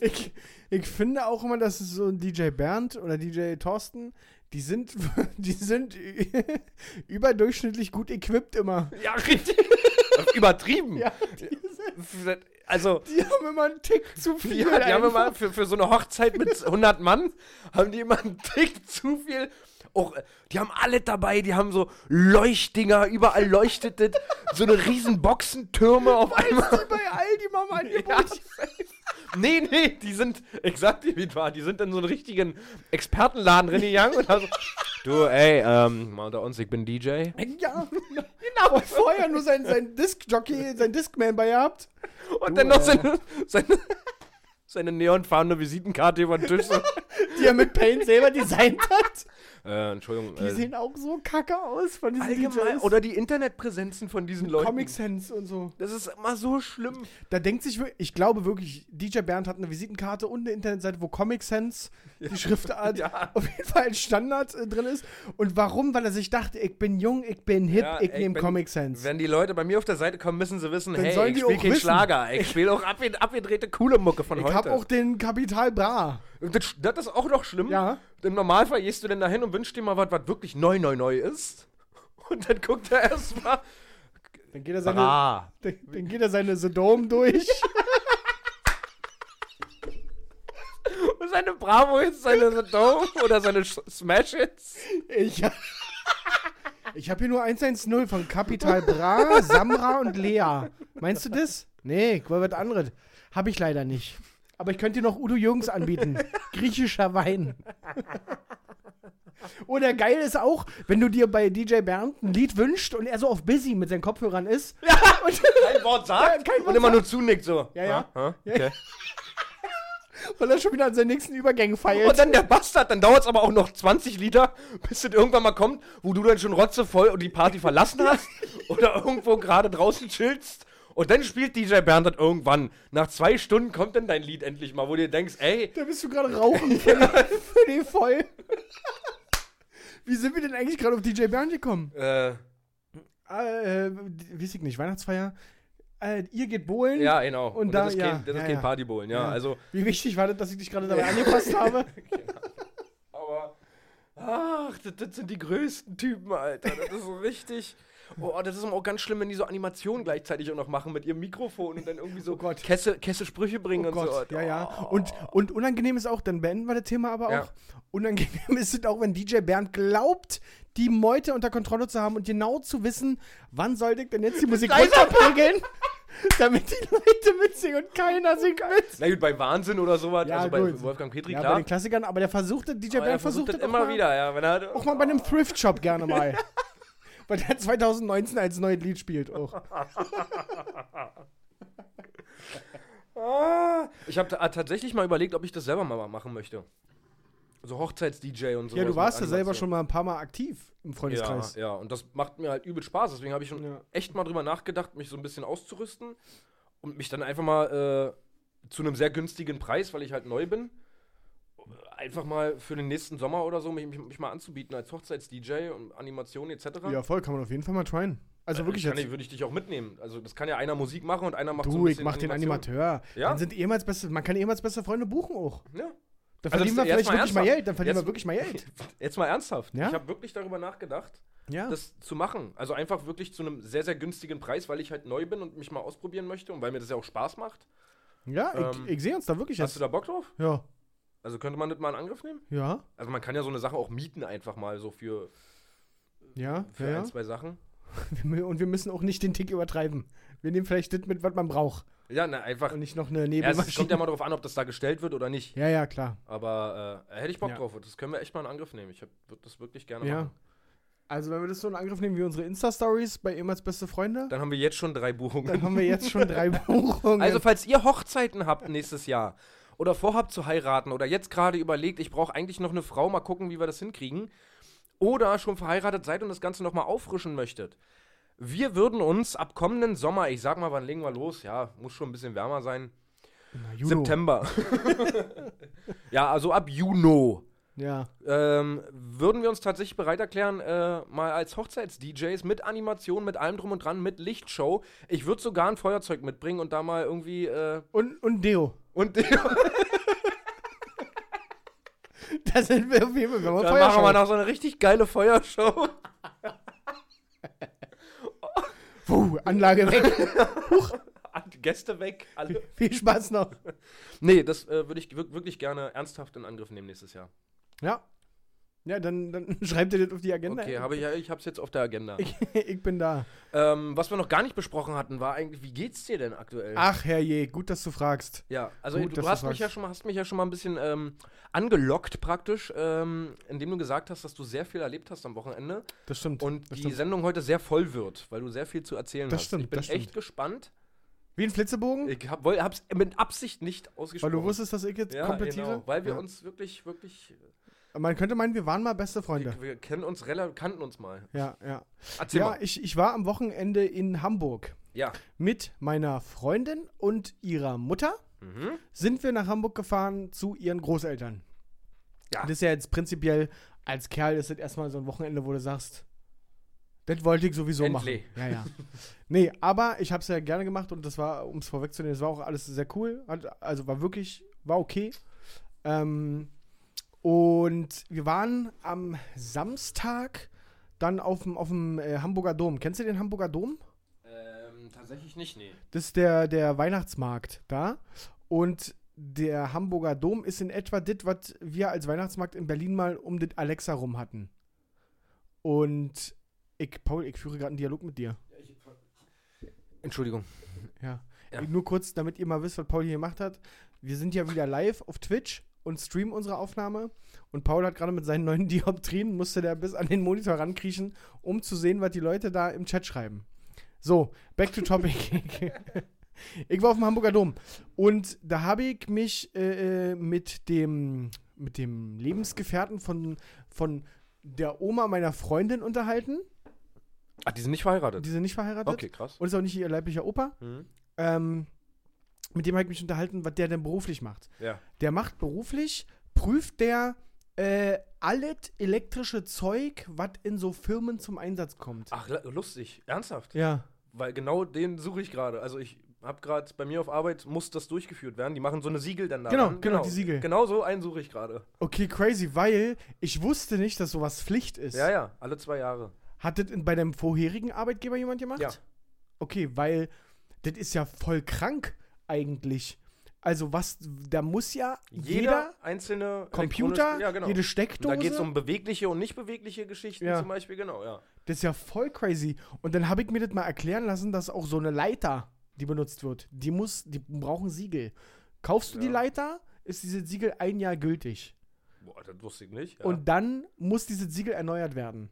[SPEAKER 3] Ich, ich finde auch immer, dass es so ein DJ Bernd oder DJ Thorsten, die sind, (laughs) die sind ü- überdurchschnittlich gut
[SPEAKER 2] (laughs)
[SPEAKER 3] equipped immer.
[SPEAKER 2] Ja, richtig. Übertrieben.
[SPEAKER 3] Ja, die, sind,
[SPEAKER 2] Also,
[SPEAKER 3] (laughs) die haben immer einen Tick zu viel.
[SPEAKER 2] Ja, die haben
[SPEAKER 3] einfach.
[SPEAKER 2] immer für, für so eine Hochzeit mit 100 Mann, haben die immer einen Tick zu viel. Auch, äh, die haben alle dabei, die haben so Leuchtdinger, überall leuchtet das, so eine riesen Boxentürme auf einmal.
[SPEAKER 3] bei Aldi mal mal
[SPEAKER 2] Ja. (laughs) Nee, nee, die sind, ich sag dir, wie es war, die sind in so einen richtigen Expertenladen reingegangen und haben so, du, ey, ähm, mal unter uns, ich bin DJ.
[SPEAKER 3] Ja, genau. Und vorher nur sein, sein Disc-Jockey, sein Discman bei ihr habt.
[SPEAKER 2] Und
[SPEAKER 3] Du,
[SPEAKER 2] dann noch
[SPEAKER 3] äh.
[SPEAKER 2] seine, seine, seine neonfarbene Visitenkarte über den Tisch so,
[SPEAKER 3] die er mit Paint selber designt hat.
[SPEAKER 2] äh, Entschuldigung.
[SPEAKER 3] Die sehen auch so kacke aus von diesen
[SPEAKER 2] Allgemein,
[SPEAKER 3] DJs.
[SPEAKER 2] oder die Internetpräsenzen von diesen Leuten.
[SPEAKER 3] Comic Sans und so.
[SPEAKER 2] Das ist immer so schlimm.
[SPEAKER 3] Da denkt sich wirklich, ich glaube wirklich, DJ Bernd hat eine Visitenkarte und eine Internetseite, wo Comic Sans,
[SPEAKER 2] (laughs)
[SPEAKER 3] die Schriftart,
[SPEAKER 2] Ja.
[SPEAKER 3] auf jeden Fall als Standard äh, drin ist. Und warum? Weil er sich dachte, ich bin jung, ich bin hip,
[SPEAKER 2] Ja,
[SPEAKER 3] ich
[SPEAKER 2] ey,
[SPEAKER 3] nehme
[SPEAKER 2] wenn-
[SPEAKER 3] Comic Sans.
[SPEAKER 2] Wenn die Leute bei mir auf der Seite kommen, müssen sie wissen,
[SPEAKER 3] Dann
[SPEAKER 2] hey,
[SPEAKER 3] sollen
[SPEAKER 2] ich
[SPEAKER 3] die
[SPEAKER 2] spiele
[SPEAKER 3] auch
[SPEAKER 2] keinen
[SPEAKER 3] wissen.
[SPEAKER 2] Schlager. Ich spiele auch abge abgedrehte, coole Mucke von
[SPEAKER 3] Ich
[SPEAKER 2] heute.
[SPEAKER 3] habe auch den Kapital Bra.
[SPEAKER 2] das, das ist auch noch schlimm.
[SPEAKER 3] Ja.
[SPEAKER 2] Im Normalfall gehst du denn dahin und wünschst dir mal was, was wirklich neu, neu, neu ist. Und dann guckt er erstmal.
[SPEAKER 3] Dann geht er seine,
[SPEAKER 2] Bra.
[SPEAKER 3] dann, dann geht er seine Sodom durch.
[SPEAKER 2] (laughs) Und seine Bravo-Hits, (laughs) seine Dome oder seine Sch- Smash-Hits.
[SPEAKER 3] Ich, (laughs) ich habe hier nur 110 von Capital Bra, Samra und Lea. Meinst du das? Nee, ich wollte was anderes. Habe ich leider nicht. Aber ich könnte dir noch Udo Jürgens (laughs) anbieten. Griechischer Wein. Oder geil ist auch, wenn du dir bei DJ Bernd ein Lied wünschst und er so auf Busy mit seinen Kopfhörern ist. Und,
[SPEAKER 2] Kein Wort sagt
[SPEAKER 3] kein Wort
[SPEAKER 2] und immer
[SPEAKER 3] sagt.
[SPEAKER 2] nur zunickt so.
[SPEAKER 3] Ja, ja.
[SPEAKER 2] Ha? Ha? Okay.
[SPEAKER 3] und er schon wieder an seinen nächsten Übergängen
[SPEAKER 2] Und
[SPEAKER 3] feilt.
[SPEAKER 2] dann der Bastard, dann dauert es aber auch noch 20 Liter, bis das irgendwann mal kommt, wo du dann schon rotzevoll und die Party verlassen hast oder irgendwo gerade draußen chillst. Und dann spielt DJ Bernd das irgendwann. Nach zwei Stunden kommt dann dein Lied endlich mal, wo du dir denkst, ey,
[SPEAKER 3] Da bist du gerade (laughs) rauchen für, die, für die voll. Wie sind wir denn eigentlich gerade auf DJ Bernd gekommen?
[SPEAKER 2] äh,
[SPEAKER 3] äh, d- weiß ich nicht, Weihnachtsfeier. Äh, ihr geht bowlen.
[SPEAKER 2] ja, genau.
[SPEAKER 3] Und da-
[SPEAKER 2] das ist
[SPEAKER 3] ja,
[SPEAKER 2] kein, das ist
[SPEAKER 3] ja,
[SPEAKER 2] kein
[SPEAKER 3] ja.
[SPEAKER 2] Partybohlen, ja,
[SPEAKER 3] Ja.
[SPEAKER 2] Also,
[SPEAKER 3] Wie wichtig war das, dass ich dich gerade dabei
[SPEAKER 2] (laughs)
[SPEAKER 3] angepasst habe?
[SPEAKER 2] aber, ach, das, das sind die größten Typen, Alter. Das ist so richtig... Oh, das ist aber auch ganz schlimm, wenn die so Animationen gleichzeitig auch noch machen mit ihrem Mikrofon und dann irgendwie so
[SPEAKER 3] Oh Gott.
[SPEAKER 2] Kesse, Kesse Sprüche bringen
[SPEAKER 3] Oh
[SPEAKER 2] und
[SPEAKER 3] Gott,
[SPEAKER 2] so. Oh.
[SPEAKER 3] ja, ja. Und, und unangenehm ist auch, dann beenden wir das Thema aber auch.
[SPEAKER 2] Ja.
[SPEAKER 3] Unangenehm (laughs) ist es auch, wenn DJ Bernd glaubt, die Meute unter Kontrolle zu haben und genau zu wissen, wann sollte ich denn jetzt die Musik
[SPEAKER 2] Leiser
[SPEAKER 3] runterpegeln, (laughs) damit die Leute mitsingen und keiner singt mit.
[SPEAKER 2] Na gut, bei Wahnsinn oder sowas,
[SPEAKER 3] Ja,
[SPEAKER 2] also bei
[SPEAKER 3] gut.
[SPEAKER 2] Wolfgang Petri,
[SPEAKER 3] Ja, bei
[SPEAKER 2] klar.
[SPEAKER 3] den Klassikern, aber der versucht das, DJ
[SPEAKER 2] Aber er
[SPEAKER 3] Bernd versucht,
[SPEAKER 2] das
[SPEAKER 3] das auch
[SPEAKER 2] immer
[SPEAKER 3] mal-
[SPEAKER 2] wieder, ja. Wenn er,
[SPEAKER 3] Auch mal bei einem Thrift-Shop gerne mal. (laughs) Weil der 2019 als neues Lied spielt auch.
[SPEAKER 2] Ah, ich habe tatsächlich mal überlegt, ob ich das selber mal machen möchte. So Hochzeits-DJ und so.
[SPEAKER 3] Ja, du warst ja selber schon mal ein paar Mal aktiv im
[SPEAKER 2] ja,
[SPEAKER 3] Freundeskreis.
[SPEAKER 2] ja, und das macht mir halt übel Spaß. Deswegen habe ich schon
[SPEAKER 3] Ja.
[SPEAKER 2] echt mal drüber nachgedacht, mich so ein bisschen auszurüsten und mich dann einfach mal äh, zu einem sehr günstigen Preis, weil ich halt neu bin, einfach mal für den nächsten Sommer oder so mich, mich, mich mal anzubieten als Hochzeits-DJ und Animation etc.
[SPEAKER 3] Ja. voll, kann man auf jeden Fall mal tryen. Also
[SPEAKER 2] Äh,
[SPEAKER 3] wirklich
[SPEAKER 2] kann
[SPEAKER 3] jetzt.
[SPEAKER 2] ich, würde ich dich auch mitnehmen. Also das kann ja einer Musik machen und einer macht so ein
[SPEAKER 3] Du, ich
[SPEAKER 2] bisschen
[SPEAKER 3] mach den
[SPEAKER 2] Animation.
[SPEAKER 3] Animateur.
[SPEAKER 2] Ja?
[SPEAKER 3] Dann sind ehemals beste, man kann ehemals beste Freunde buchen auch.
[SPEAKER 2] Ja.
[SPEAKER 3] Dann
[SPEAKER 2] Also
[SPEAKER 3] verdienen
[SPEAKER 2] das-
[SPEAKER 3] wir
[SPEAKER 2] jetzt
[SPEAKER 3] vielleicht
[SPEAKER 2] mal
[SPEAKER 3] wirklich mal
[SPEAKER 2] ernsthaft.
[SPEAKER 3] Geld. Dann verdienen
[SPEAKER 2] Jetzt-
[SPEAKER 3] wir wirklich mal Geld.
[SPEAKER 2] (laughs) Jetzt mal ernsthaft.
[SPEAKER 3] Ja?
[SPEAKER 2] Ich habe wirklich darüber nachgedacht,
[SPEAKER 3] Ja.
[SPEAKER 2] das zu machen. Also einfach wirklich zu einem sehr, sehr günstigen Preis, weil ich halt neu bin und mich mal ausprobieren möchte und weil mir das ja auch Spaß macht.
[SPEAKER 3] ja,
[SPEAKER 2] ähm,
[SPEAKER 3] ich, ich sehe uns da wirklich
[SPEAKER 2] Hast du
[SPEAKER 3] jetzt.
[SPEAKER 2] da Bock drauf?
[SPEAKER 3] Ja.
[SPEAKER 2] Also könnte man das mal in Angriff nehmen?
[SPEAKER 3] Ja.
[SPEAKER 2] Also man kann ja so eine Sache auch mieten einfach mal so für
[SPEAKER 3] Ja,
[SPEAKER 2] für
[SPEAKER 3] ja.
[SPEAKER 2] ein, zwei Sachen.
[SPEAKER 3] ja. Und wir müssen auch nicht den Tick übertreiben. Wir nehmen vielleicht das mit, was man braucht.
[SPEAKER 2] Ja, na, einfach.
[SPEAKER 3] Und nicht noch eine
[SPEAKER 2] Ja, es kommt
[SPEAKER 3] Nebelmaschine.
[SPEAKER 2] ja mal darauf an, ob das da gestellt wird oder nicht.
[SPEAKER 3] Ja, ja, klar.
[SPEAKER 2] Aber äh, hätte ich Bock
[SPEAKER 3] Ja.
[SPEAKER 2] drauf. Das können wir echt mal in Angriff nehmen. Ich würde das wirklich gerne
[SPEAKER 3] Ja.
[SPEAKER 2] machen.
[SPEAKER 3] Also, wenn wir das so in Angriff nehmen wie unsere Insta-Stories bei ehemals beste Freunde,
[SPEAKER 2] Dann haben wir jetzt schon drei (laughs)
[SPEAKER 3] dann
[SPEAKER 2] Buchungen.
[SPEAKER 3] haben wir jetzt schon drei Buchungen.
[SPEAKER 2] Also, falls ihr Hochzeiten habt nächstes Jahr oder vorhabt zu heiraten oder jetzt gerade überlegt, ich brauche eigentlich noch eine Frau, mal gucken, wie wir das hinkriegen. Oder schon verheiratet seid und das Ganze nochmal auffrischen möchtet. Wir würden uns ab kommenden Sommer, ich sag mal, wann legen wir los? Ja, muss schon ein bisschen wärmer sein.
[SPEAKER 3] Na, Juno.
[SPEAKER 2] September. (laughs) ja, also ab Juni
[SPEAKER 3] Ja.
[SPEAKER 2] ähm, würden wir uns tatsächlich bereit erklären, äh, mal als Hochzeits-DJs mit Animation, mit allem drum und dran, mit Lichtshow. Ich würde sogar ein Feuerzeug mitbringen und da mal irgendwie äh,
[SPEAKER 3] Und, und Deo.
[SPEAKER 2] und dann
[SPEAKER 3] (laughs) Da sind wir auf jeden Fall. Wir haben
[SPEAKER 2] machen wir
[SPEAKER 3] Feuerschau.
[SPEAKER 2] noch so eine richtig geile (laughs) Feuershow.
[SPEAKER 3] Puh, Anlage weg. (laughs)
[SPEAKER 2] Gäste weg, alle.
[SPEAKER 3] Viel Spaß noch.
[SPEAKER 2] (laughs) Nee, das äh, würde ich wir- wirklich gerne ernsthaft in Angriff nehmen nächstes Jahr.
[SPEAKER 3] Ja. Ja, dann, dann (laughs) schreibt ihr das auf die Agenda.
[SPEAKER 2] Okay, habe ich, ja, ich hab's jetzt auf der Agenda.
[SPEAKER 3] ich, ich bin da.
[SPEAKER 2] Ähm, was wir noch gar nicht besprochen hatten, war eigentlich, wie geht's dir denn aktuell?
[SPEAKER 3] Ach, herrje, gut, dass du fragst.
[SPEAKER 2] Ja, also
[SPEAKER 3] Gut, halt
[SPEAKER 2] du, du
[SPEAKER 3] dass du
[SPEAKER 2] hast mich,
[SPEAKER 3] sagst.
[SPEAKER 2] ja schon, mal- hast mich ja schon mal ein bisschen ähm, angelockt praktisch, ähm, indem du gesagt hast, dass du sehr viel erlebt hast am Wochenende
[SPEAKER 3] Das stimmt.
[SPEAKER 2] und
[SPEAKER 3] das
[SPEAKER 2] die
[SPEAKER 3] stimmt.
[SPEAKER 2] Sendung heute sehr voll wird, weil du sehr viel zu erzählen
[SPEAKER 3] Das
[SPEAKER 2] hast.
[SPEAKER 3] stimmt,
[SPEAKER 2] ich bin
[SPEAKER 3] das
[SPEAKER 2] echt
[SPEAKER 3] stimmt.
[SPEAKER 2] gespannt.
[SPEAKER 3] Wie ein Flitzebogen?
[SPEAKER 2] Ich hab, woll, hab's mit Absicht nicht
[SPEAKER 3] weil
[SPEAKER 2] ausgesprochen.
[SPEAKER 3] du wusstest, dass ich jetzt
[SPEAKER 2] ja,
[SPEAKER 3] kompetiere?
[SPEAKER 2] Genau, weil wir
[SPEAKER 3] Ja.
[SPEAKER 2] uns wirklich, wirklich,
[SPEAKER 3] Man könnte meinen, wir waren mal beste Freunde.
[SPEAKER 2] wir, wir kennen uns relativ, kannten uns mal.
[SPEAKER 3] Ja, ja.
[SPEAKER 2] Erzähl
[SPEAKER 3] Ja,
[SPEAKER 2] mal.
[SPEAKER 3] ich, ich war am Wochenende in Hamburg.
[SPEAKER 2] Ja.
[SPEAKER 3] Mit meiner Freundin und ihrer Mutter
[SPEAKER 2] Mhm.
[SPEAKER 3] sind wir nach Hamburg gefahren zu ihren Großeltern.
[SPEAKER 2] Ja.
[SPEAKER 3] Das ist ja jetzt prinzipiell, als Kerl ist das erstmal so ein Wochenende, wo du sagst, das wollte ich sowieso
[SPEAKER 2] Endlich.
[SPEAKER 3] machen. Ja, ja. nee, aber ich habe es ja gerne gemacht und das war, um es vorwegzunehmen, das war auch alles sehr cool. Hat, also war wirklich, war okay. Ähm, und wir waren am Samstag dann auf dem, auf dem äh, Hamburger Dom. Kennst du den Hamburger Dom?
[SPEAKER 2] Ähm, tatsächlich nicht, nee.
[SPEAKER 3] Das ist der, der Weihnachtsmarkt da. Und der Hamburger Dom ist in etwa das, was wir als Weihnachtsmarkt in Berlin mal um das Alexa rum hatten. Und ich, Paul, ich führe gerade einen Dialog mit dir.
[SPEAKER 2] Entschuldigung.
[SPEAKER 3] Ja.
[SPEAKER 2] Ja.
[SPEAKER 3] Nur kurz, damit ihr mal wisst, was Paul hier gemacht hat. Wir sind ja wieder live auf Twitch und streamen unsere Aufnahme. Und Paul hat gerade mit seinen neuen (laughs) Dioptrien, musste der bis an den Monitor rankriechen, um zu sehen, was die Leute da im Chat schreiben. So, back to topic.
[SPEAKER 2] (laughs)
[SPEAKER 3] ich war auf dem Hamburger Dom. Und da habe ich mich äh, äh, mit, dem, mit dem Lebensgefährten von, von der Oma meiner Freundin unterhalten.
[SPEAKER 2] Ach, Ah, die sind nicht verheiratet.
[SPEAKER 3] Die sind nicht verheiratet.
[SPEAKER 2] Okay, krass.
[SPEAKER 3] Und ist auch nicht ihr leiblicher Opa
[SPEAKER 2] Mhm.
[SPEAKER 3] ähm, mit dem habe ich mich unterhalten, was der denn beruflich macht.
[SPEAKER 2] Ja.
[SPEAKER 3] Der macht beruflich, prüft der äh, alles elektrische Zeug, was in so Firmen zum Einsatz kommt.
[SPEAKER 2] Ach, la- lustig. Ernsthaft?
[SPEAKER 3] Ja.
[SPEAKER 2] Weil genau den suche ich gerade. Also ich habe gerade bei mir auf Arbeit, muss das durchgeführt werden. Die machen so eine Siegel dann da.
[SPEAKER 3] Genau,
[SPEAKER 2] dran.
[SPEAKER 3] genau, die Siegel.
[SPEAKER 2] Genau so einen suche ich gerade.
[SPEAKER 3] Okay, crazy, weil ich wusste nicht, dass sowas Pflicht ist.
[SPEAKER 2] Ja, ja, alle zwei Jahre.
[SPEAKER 3] Hat das in- bei deinem vorherigen Arbeitgeber jemand gemacht?
[SPEAKER 2] Ja.
[SPEAKER 3] Okay, weil das ist ja voll krank eigentlich. Also was, da muss ja
[SPEAKER 2] Jeder,
[SPEAKER 3] jeder,
[SPEAKER 2] einzelne
[SPEAKER 3] Computer,
[SPEAKER 2] elektronische- ja, genau.
[SPEAKER 3] jede
[SPEAKER 2] Und
[SPEAKER 3] Steckdose.
[SPEAKER 2] da geht es um bewegliche und nicht bewegliche Geschichten
[SPEAKER 3] Ja.
[SPEAKER 2] zum Beispiel, genau, ja.
[SPEAKER 3] Das ist ja voll crazy. Und dann habe ich mir das mal erklären lassen, dass auch so eine Leiter, die benutzt wird, die muss, die brauchen Siegel. Kaufst du die
[SPEAKER 2] Ja.
[SPEAKER 3] Leiter, ist dieses Siegel ein Jahr gültig.
[SPEAKER 2] Boah, das wusste ich nicht. Ja.
[SPEAKER 3] Und dann muss dieses Siegel erneuert werden.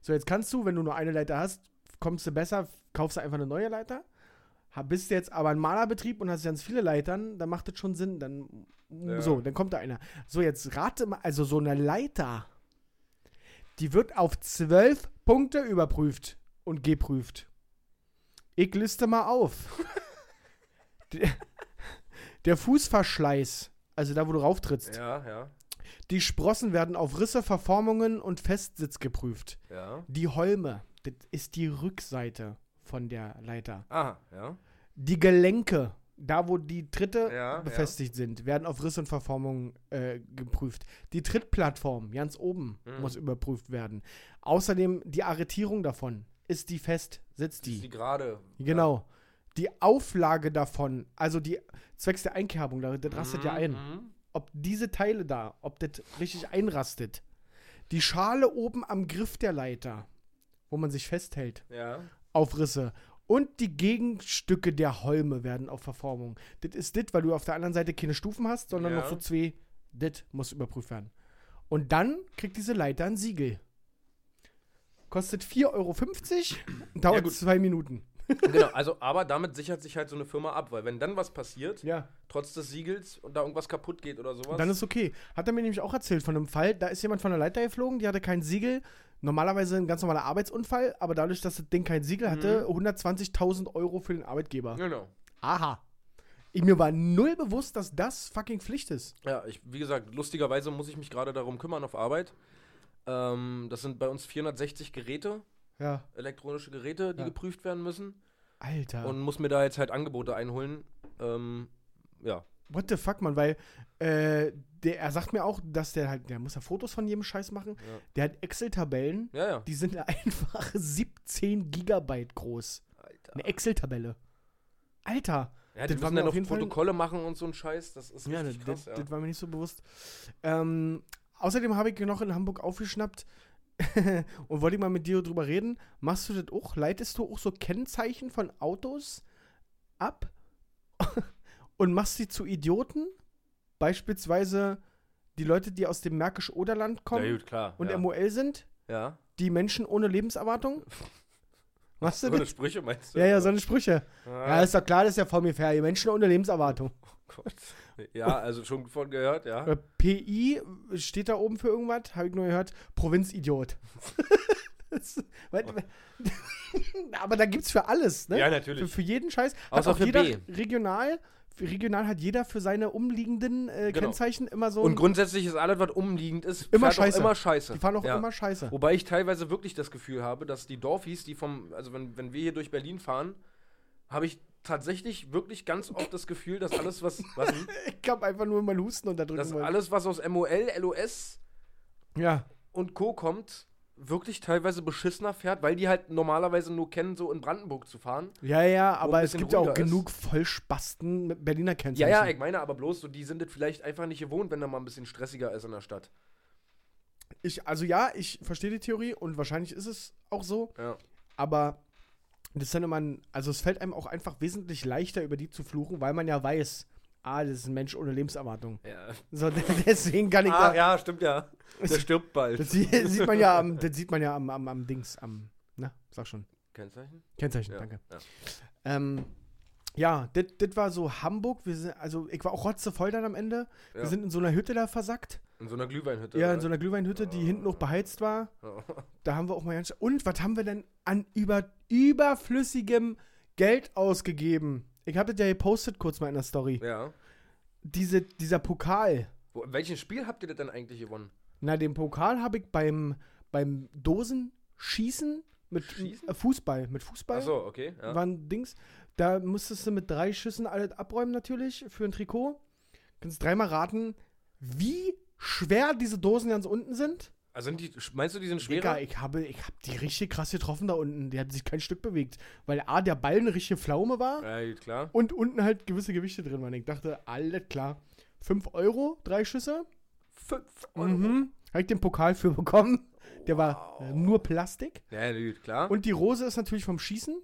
[SPEAKER 3] So, jetzt kannst du, wenn du nur eine Leiter hast, kommst du besser, kaufst du einfach eine neue Leiter. Hab- Bist jetzt aber ein Malerbetrieb und hast ganz viele Leitern, dann macht das schon Sinn. Dann,
[SPEAKER 2] Ja.
[SPEAKER 3] So, dann kommt da einer. So, jetzt rate mal, also so eine Leiter, die wird auf zwölf Punkte überprüft und geprüft. Ich liste mal
[SPEAKER 2] (laughs)
[SPEAKER 3] auf. der, der Fußverschleiß, also da, wo du rauftrittst.
[SPEAKER 2] ja, ja,
[SPEAKER 3] Die Sprossen werden auf Risse, Verformungen und Festsitz geprüft.
[SPEAKER 2] ja.
[SPEAKER 3] Die Holme, das ist die Rückseite von der Leiter.
[SPEAKER 2] Aha, ja.
[SPEAKER 3] Die Gelenke, da wo die Tritte
[SPEAKER 2] Ja,
[SPEAKER 3] befestigt sind, werden auf Risse und Verformungen äh, geprüft. Die Trittplattform, ganz oben,
[SPEAKER 2] Mhm.
[SPEAKER 3] muss überprüft werden. Außerdem die Arretierung davon. Ist die fest? Sitzt
[SPEAKER 2] Das ist die
[SPEAKER 3] die?
[SPEAKER 2] gerade.
[SPEAKER 3] Genau. Die Auflage davon, also die zwecks der Einkerbung, da- das
[SPEAKER 2] Ja.
[SPEAKER 3] rastet ja ein
[SPEAKER 2] Mhm.
[SPEAKER 3] ob diese Teile da, ob das richtig einrastet. Die Schale oben am Griff der Leiter, wo man sich festhält.
[SPEAKER 4] Ja.
[SPEAKER 3] (laughs) Aufrisse. Und die Gegenstücke der Holme werden auf Verformung. Das ist dit, weil du auf der anderen Seite keine Stufen hast, sondern
[SPEAKER 4] Ja.
[SPEAKER 3] noch so zwei. Dit muss überprüft werden. Und dann kriegt diese Leiter ein Siegel. Kostet 4,50 Euro, dauert
[SPEAKER 4] gut.
[SPEAKER 3] zwei Minuten.
[SPEAKER 4] genau, also, aber damit sichert sich halt so eine Firma ab, weil wenn dann was passiert,
[SPEAKER 3] Ja.
[SPEAKER 4] trotz des Siegels und da irgendwas kaputt geht oder sowas.
[SPEAKER 3] Dann ist okay. Hat er mir nämlich auch erzählt von einem Fall, da ist jemand von der Leiter geflogen, die hatte kein Siegel. Normalerweise ein ganz normaler Arbeitsunfall, aber dadurch, dass das Ding kein Siegel hatte, 120.000 Euro für den Arbeitgeber.
[SPEAKER 4] Genau.
[SPEAKER 3] Aha. Ich, mir war null bewusst, dass das fucking Pflicht ist.
[SPEAKER 4] Ja, ich, wie gesagt, lustigerweise muss ich mich gerade darum kümmern auf Arbeit. Ähm, das sind bei uns 460 Geräte,
[SPEAKER 3] Ja.
[SPEAKER 4] elektronische Geräte, die
[SPEAKER 3] Ja.
[SPEAKER 4] geprüft werden müssen.
[SPEAKER 3] Alter.
[SPEAKER 4] Und muss mir da jetzt halt Angebote einholen. Ähm, ja.
[SPEAKER 3] What the fuck, Mann, weil äh, der, er sagt mir auch, dass der halt, der muss ja Fotos von jedem Scheiß machen.
[SPEAKER 4] Ja.
[SPEAKER 3] Der hat Excel-Tabellen,
[SPEAKER 4] Ja, ja.
[SPEAKER 3] die sind (laughs) einfach 17 Gigabyte groß.
[SPEAKER 4] Alter.
[SPEAKER 3] Eine Excel-Tabelle. Alter.
[SPEAKER 4] Ja, die
[SPEAKER 3] das war
[SPEAKER 4] müssen
[SPEAKER 3] mir
[SPEAKER 4] dann
[SPEAKER 3] auf
[SPEAKER 4] noch
[SPEAKER 3] jeden Fall-
[SPEAKER 4] Protokolle machen und so ein Scheiß. Das ist
[SPEAKER 3] Ja, das,
[SPEAKER 4] richtig krass,
[SPEAKER 3] das,
[SPEAKER 4] ja.
[SPEAKER 3] das war mir nicht so bewusst. Ähm, außerdem habe ich noch in Hamburg aufgeschnappt (laughs) und wollte ich mal mit dir drüber reden. Machst du das auch? Leitest du auch so Kennzeichen von Autos ab (laughs) und machst sie zu Idioten? Beispielsweise die Leute, die aus dem Märkisch-Oderland kommen
[SPEAKER 4] ja, gut, klar.
[SPEAKER 3] und
[SPEAKER 4] ja.
[SPEAKER 3] MOL sind,
[SPEAKER 4] ja.
[SPEAKER 3] die Menschen ohne Lebenserwartung?
[SPEAKER 4] (laughs)
[SPEAKER 3] Machst du
[SPEAKER 4] So eine
[SPEAKER 3] das?
[SPEAKER 4] Sprüche meinst du?
[SPEAKER 3] Ja, ja, so eine Sprüche. Ja,
[SPEAKER 4] Ah,
[SPEAKER 3] ist doch klar, das ist ja vor mir fair. Die Menschen ohne Lebenserwartung.
[SPEAKER 4] Gott. ja, also schon von gehört, ja.
[SPEAKER 3] Äh, PI steht da oben für irgendwas, habe ich nur gehört. Provinzidiot. (laughs) Das- weil- (laughs) Aber da gibt's für alles, ne?
[SPEAKER 4] Ja,
[SPEAKER 3] für,
[SPEAKER 4] natürlich.
[SPEAKER 3] für jeden Scheiß.
[SPEAKER 4] Außer
[SPEAKER 3] auch
[SPEAKER 4] für
[SPEAKER 3] jeder
[SPEAKER 4] B.
[SPEAKER 3] regional. für Regional hat jeder für seine umliegenden äh,
[SPEAKER 4] Genau.
[SPEAKER 3] Kennzeichen immer so.
[SPEAKER 4] Und
[SPEAKER 3] ein-
[SPEAKER 4] grundsätzlich ist alles, was umliegend ist,
[SPEAKER 3] Immer
[SPEAKER 4] fährt auch
[SPEAKER 3] scheiße.
[SPEAKER 4] Immer scheiße.
[SPEAKER 3] die fahren auch
[SPEAKER 4] ja. Oh.
[SPEAKER 3] immer Scheiße.
[SPEAKER 4] Wobei ich teilweise wirklich das Gefühl habe, dass die Dorfies, die vom, also wenn, wenn wir hier durch Berlin fahren, habe ich tatsächlich wirklich ganz oft das Gefühl, dass alles, was, was
[SPEAKER 3] (laughs)
[SPEAKER 4] denn?
[SPEAKER 3] Ich hab einfach nur meinen Husten unterdrücken
[SPEAKER 4] dass
[SPEAKER 3] wollen.
[SPEAKER 4] alles, was aus MOL, LOS
[SPEAKER 3] ja.
[SPEAKER 4] und Co. kommt, wirklich teilweise beschissener fährt, weil die halt normalerweise nur kennen, so in Brandenburg zu fahren.
[SPEAKER 3] ja, ja, aber
[SPEAKER 4] ein
[SPEAKER 3] es
[SPEAKER 4] bisschen
[SPEAKER 3] gibt ja auch
[SPEAKER 4] ruhiger ist.
[SPEAKER 3] genug Vollspasten mit Berliner
[SPEAKER 4] Ja,
[SPEAKER 3] Kennzeichen.
[SPEAKER 4] ja, ich meine aber bloß, so, die sind das vielleicht einfach nicht gewohnt, wenn da mal ein bisschen stressiger ist in der Stadt.
[SPEAKER 3] ich, also ja, ich verstehe die Theorie und wahrscheinlich ist es auch so.
[SPEAKER 4] Ja.
[SPEAKER 3] Aber das ist dann immer ein, also es fällt einem auch einfach wesentlich leichter, über die zu fluchen, weil man ja weiß, ah, das ist ein Mensch ohne Lebenserwartung.
[SPEAKER 4] ja.
[SPEAKER 3] So, (laughs) deswegen kann ich
[SPEAKER 4] Ah,
[SPEAKER 3] da.
[SPEAKER 4] ja, stimmt ja. Der stirbt
[SPEAKER 3] Das,
[SPEAKER 4] bald.
[SPEAKER 3] sie- sieht man ja am, das sieht man ja am, am, am Dings, am, na, sag schon.
[SPEAKER 4] Kennzeichen?
[SPEAKER 3] Kennzeichen,
[SPEAKER 4] Ja.
[SPEAKER 3] danke.
[SPEAKER 4] Ja.
[SPEAKER 3] Ähm, ja, das das war so Hamburg. Wir sind, also ich war auch rotzevoll dann am Ende. Wir
[SPEAKER 4] Ja.
[SPEAKER 3] sind in so einer Hütte da versackt.
[SPEAKER 4] In so einer Glühweinhütte.
[SPEAKER 3] ja, in
[SPEAKER 4] oder?
[SPEAKER 3] so einer Glühweinhütte,
[SPEAKER 4] Oh.
[SPEAKER 3] die hinten noch beheizt war.
[SPEAKER 4] (laughs)
[SPEAKER 3] Da haben wir auch mal ganz. Und was haben wir denn an über, überflüssigem Geld ausgegeben? Ich habe das ja gepostet kurz mal in der Story.
[SPEAKER 4] ja.
[SPEAKER 3] Diese, dieser Pokal.
[SPEAKER 4] Wo, welches Spiel habt ihr denn dann eigentlich gewonnen?
[SPEAKER 3] Na, den Pokal habe ich beim, beim Dosenschießen mit
[SPEAKER 4] Schießen?
[SPEAKER 3] Äh, Fußball. Mit Fußball
[SPEAKER 4] Achso, okay. Ja.
[SPEAKER 3] waren Dings. Da musstest du mit drei Schüssen alles abräumen, natürlich, für ein Trikot. Kannst dreimal raten, wie schwer diese Dosen ganz unten sind.
[SPEAKER 4] Also sind die, meinst du, die sind
[SPEAKER 3] Digga,
[SPEAKER 4] schwerer?
[SPEAKER 3] ich habe, ich habe die richtig krass getroffen da unten. Die hat sich kein Stück bewegt. Weil A, der Ball eine richtige Pflaume war
[SPEAKER 4] Ja, gut, klar.
[SPEAKER 3] und unten halt gewisse Gewichte drin waren. Ich dachte, alles klar. 5 Euro, drei Schüsse.
[SPEAKER 4] Fünf
[SPEAKER 3] Mhm. Habe ich den Pokal für bekommen. Der war äh, nur Plastik.
[SPEAKER 4] Ja, gut, klar.
[SPEAKER 3] Und die Rose ist natürlich vom Schießen.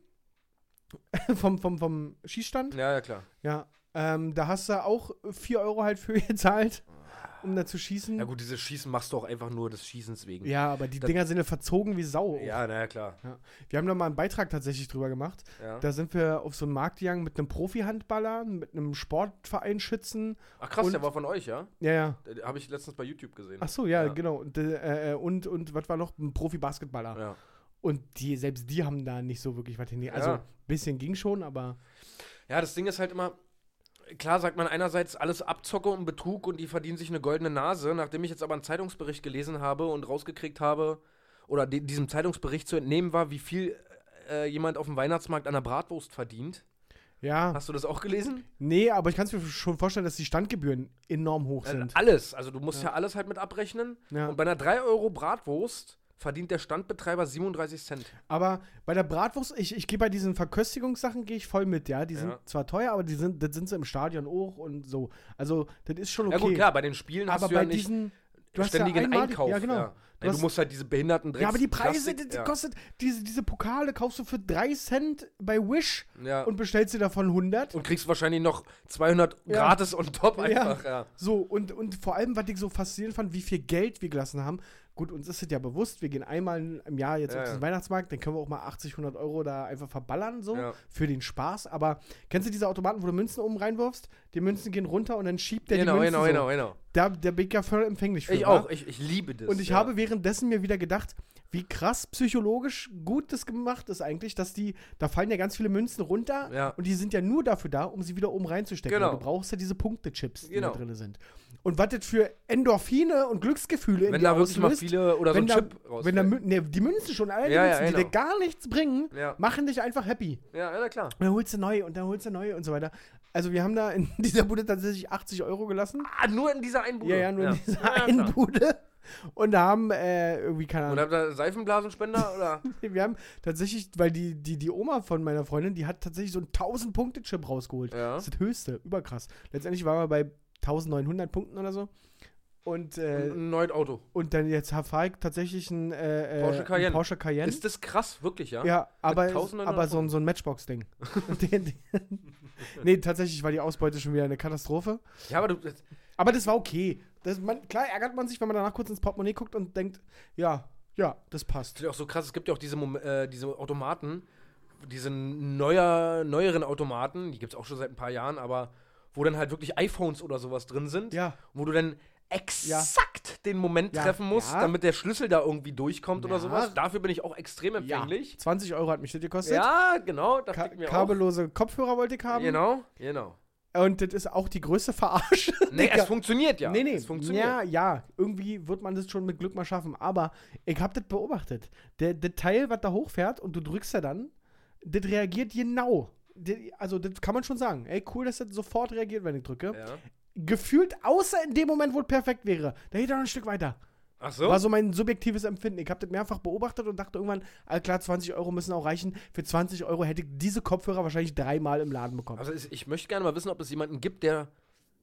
[SPEAKER 3] (laughs) vom, vom, vom Schießstand.
[SPEAKER 4] ja, ja, klar.
[SPEAKER 3] Ja. Ähm, da hast du auch 4 Euro halt für (laughs) gezahlt, um da zu schießen.
[SPEAKER 4] Ja
[SPEAKER 3] Ja,
[SPEAKER 4] gut, dieses Schießen machst du auch einfach nur des Schießens wegen.
[SPEAKER 3] aber die
[SPEAKER 4] Da-
[SPEAKER 3] Dinger sind ja oh. verzogen wie Sau.
[SPEAKER 4] ja naja, klar.
[SPEAKER 3] Wir haben da mal einen Beitrag tatsächlich drüber gemacht.
[SPEAKER 4] Ja.
[SPEAKER 3] Da sind wir auf so einen Markt gegangen mit einem Profi-Handballer, mit einem Sportverein-Schützen.
[SPEAKER 4] Ach krass,
[SPEAKER 3] und-
[SPEAKER 4] der war von euch, ja?
[SPEAKER 3] Ja, ja.
[SPEAKER 4] Habe ich letztens bei YouTube gesehen.
[SPEAKER 3] Ach so, ja,
[SPEAKER 4] Ja.
[SPEAKER 3] genau. Und, äh, äh, und, und was war noch? Ein Profi-Basketballer.
[SPEAKER 4] Ja.
[SPEAKER 3] Und die, selbst die haben da nicht so wirklich was hin. Also, ein
[SPEAKER 4] Ja.
[SPEAKER 3] bisschen ging schon, aber.
[SPEAKER 4] ja, das Ding ist halt immer, klar sagt man einerseits alles Abzocke und Betrug und die verdienen sich eine goldene Nase. Nachdem ich jetzt aber einen Zeitungsbericht gelesen habe und rausgekriegt habe, oder di- diesem Zeitungsbericht zu entnehmen war, wie viel äh, jemand auf dem Weihnachtsmarkt an der Bratwurst verdient.
[SPEAKER 3] Ja.
[SPEAKER 4] Hast du das auch gelesen?
[SPEAKER 3] Nee, aber ich kann es mir schon vorstellen, dass die Standgebühren enorm hoch
[SPEAKER 4] Äh,
[SPEAKER 3] sind.
[SPEAKER 4] Alles. Also du musst ja, alles halt mit abrechnen.
[SPEAKER 3] Ja.
[SPEAKER 4] Und bei einer 3 Euro Bratwurst verdient der Standbetreiber 37 Cent.
[SPEAKER 3] Aber bei der Bratwurst, ich, ich gehe bei diesen Verköstigungssachen, gehe ich voll mit, ja. Die sind
[SPEAKER 4] Ja.
[SPEAKER 3] zwar teuer, aber die sind, das sind sie im Stadion auch und so. Also, das ist schon okay.
[SPEAKER 4] Ja gut, klar, bei den Spielen hast
[SPEAKER 3] Aber
[SPEAKER 4] du ja
[SPEAKER 3] bei
[SPEAKER 4] nicht.
[SPEAKER 3] diesen. Du hast ja
[SPEAKER 4] ständigen
[SPEAKER 3] einmal-
[SPEAKER 4] Einkauf.
[SPEAKER 3] ja, genau.
[SPEAKER 4] Ja.
[SPEAKER 3] Du
[SPEAKER 4] Nein, du
[SPEAKER 3] hast-
[SPEAKER 4] musst halt diese behinderten Drecks
[SPEAKER 3] Ja, aber die Preise,
[SPEAKER 4] Plastik-
[SPEAKER 3] die, die
[SPEAKER 4] ja.
[SPEAKER 3] kostet, diese, diese Pokale kaufst du für 3 Cent bei Wish
[SPEAKER 4] Ja.
[SPEAKER 3] und
[SPEAKER 4] Und,
[SPEAKER 3] bestellst dir davon 100.
[SPEAKER 4] kriegst wahrscheinlich noch 200
[SPEAKER 3] Ja.
[SPEAKER 4] gratis on top
[SPEAKER 3] Ja.
[SPEAKER 4] einfach. Ja.
[SPEAKER 3] So, und, und vor allem, was ich so faszinierend fand, wie viel Geld wir gelassen haben. Gut, uns ist es ja bewusst, wir gehen einmal im Jahr jetzt
[SPEAKER 4] Ja,
[SPEAKER 3] auf diesen
[SPEAKER 4] ja.
[SPEAKER 3] Weihnachtsmarkt, dann können wir auch mal 80, 100 Euro da einfach verballern, so,
[SPEAKER 4] Ja.
[SPEAKER 3] für den Spaß. Aber kennst du diese Automaten, wo du Münzen oben reinwirfst? Die Münzen gehen runter und dann schiebt der
[SPEAKER 4] Genau,
[SPEAKER 3] die Münzen
[SPEAKER 4] genau,
[SPEAKER 3] so.
[SPEAKER 4] genau, genau.
[SPEAKER 3] Da, da bin ich ja voll empfänglich für.
[SPEAKER 4] Ich
[SPEAKER 3] wa?
[SPEAKER 4] auch, ich, ich liebe das.
[SPEAKER 3] Und ich
[SPEAKER 4] ja.
[SPEAKER 3] habe währenddessen mir wieder gedacht, wie krass psychologisch gut das gemacht ist eigentlich, dass die, da fallen ja ganz viele Münzen runter
[SPEAKER 4] Ja.
[SPEAKER 3] und die sind ja nur dafür da, um sie wieder oben reinzustecken.
[SPEAKER 4] Genau.
[SPEAKER 3] Weil Du brauchst ja diese Punktechips, die
[SPEAKER 4] Genau.
[SPEAKER 3] da drin sind. Und was das für Endorphine und Glücksgefühle in
[SPEAKER 4] Wenn
[SPEAKER 3] dir
[SPEAKER 4] da wirklich mal
[SPEAKER 3] auslöst,
[SPEAKER 4] viele oder so
[SPEAKER 3] wenn
[SPEAKER 4] ein
[SPEAKER 3] da,
[SPEAKER 4] Chip
[SPEAKER 3] wenn da,
[SPEAKER 4] rausfällt.
[SPEAKER 3] Mün- nee, die Münzen schon, alle die
[SPEAKER 4] Ja, ja,
[SPEAKER 3] Münzen, die
[SPEAKER 4] genau.
[SPEAKER 3] dir gar nichts bringen,
[SPEAKER 4] Ja.
[SPEAKER 3] machen dich einfach happy.
[SPEAKER 4] Ja, ja, klar.
[SPEAKER 3] Und dann holst du neu und dann holst du neu und so weiter. Also wir haben da in (laughs) dieser Bude tatsächlich 80 Euro gelassen.
[SPEAKER 4] Ah, nur in dieser einen Bude.
[SPEAKER 3] Ja, ja, nur in dieser
[SPEAKER 4] Ja,
[SPEAKER 3] einen
[SPEAKER 4] klar.
[SPEAKER 3] Bude. Und da haben äh, irgendwie, keine
[SPEAKER 4] Und habt
[SPEAKER 3] Ahnung,
[SPEAKER 4] ihr Seifenblasenspender
[SPEAKER 3] (laughs)
[SPEAKER 4] oder?
[SPEAKER 3] wir haben tatsächlich, weil die, die, die Oma von meiner Freundin, die hat tatsächlich so einen 1000-Punkte-Chip rausgeholt.
[SPEAKER 4] Ja.
[SPEAKER 3] Das ist das höchste, überkrass. Letztendlich waren wir bei 1900 Punkten oder so. Und, äh,
[SPEAKER 4] ein neues Auto.
[SPEAKER 3] und dann jetzt fahre ich tatsächlich einen äh, äh,
[SPEAKER 4] Porsche Cayenne.
[SPEAKER 3] Einen Porsche Cayenne.
[SPEAKER 4] Ist ne? das krass, wirklich, ja?
[SPEAKER 3] ja, aber,
[SPEAKER 4] 1900
[SPEAKER 3] aber so, ein- so ein
[SPEAKER 4] (laughs)
[SPEAKER 3] Matchbox-Ding. (laughs) Den- den- nee, tatsächlich war die Ausbeute schon wieder eine Katastrophe.
[SPEAKER 4] Ja, aber du, das,
[SPEAKER 3] Aber das war okay. Das, man, klar ärgert man sich, wenn man danach kurz ins Portemonnaie guckt und denkt, ja, ja, das passt.
[SPEAKER 4] ist auch so krass. Es gibt ja auch diese, Mom- äh, diese Automaten, diese neuer, neueren Automaten, die gibt es auch schon seit ein paar Jahren, aber wo dann halt wirklich iPhones oder sowas drin sind,
[SPEAKER 3] Ja.
[SPEAKER 4] wo du dann exakt den Moment
[SPEAKER 3] Ja.
[SPEAKER 4] treffen musst,
[SPEAKER 3] Ja.
[SPEAKER 4] damit der Schlüssel da irgendwie durchkommt
[SPEAKER 3] Ja.
[SPEAKER 4] oder sowas. Dafür bin ich auch extrem empfänglich.
[SPEAKER 3] 20 Euro hat mich das gekostet.
[SPEAKER 4] Ja, genau, dachte
[SPEAKER 3] Ka
[SPEAKER 4] ich mir
[SPEAKER 3] kabellose Kopfhörer wollte ich
[SPEAKER 4] auch.
[SPEAKER 3] haben.
[SPEAKER 4] Genau, genau.
[SPEAKER 3] Und das ist auch die größte Verarsche.
[SPEAKER 4] Nee,
[SPEAKER 3] Digga.
[SPEAKER 4] es funktioniert ja.
[SPEAKER 3] nee, nee.
[SPEAKER 4] Es funktioniert.
[SPEAKER 3] Ja, ja. Irgendwie wird man das schon mit Glück mal schaffen. Aber ich habe das beobachtet. Der, der Teil, was da hochfährt und du drückst ja dann, das reagiert genau. Das- Also, das kann man schon sagen. Ey, cool, dass das sofort reagiert, wenn ich drücke.
[SPEAKER 4] Ja.
[SPEAKER 3] Gefühlt, außer in dem Moment, wo es perfekt wäre. Da geht er noch ein Stück weiter.
[SPEAKER 4] Ach so?
[SPEAKER 3] War so mein subjektives Empfinden. Ich habe das mehrfach beobachtet und dachte irgendwann, all klar, 20 Euro müssen auch reichen. Für 20 Euro hätte ich diese Kopfhörer wahrscheinlich dreimal im Laden bekommen.
[SPEAKER 4] Also ich, ich möchte gerne mal wissen, ob es jemanden gibt, der,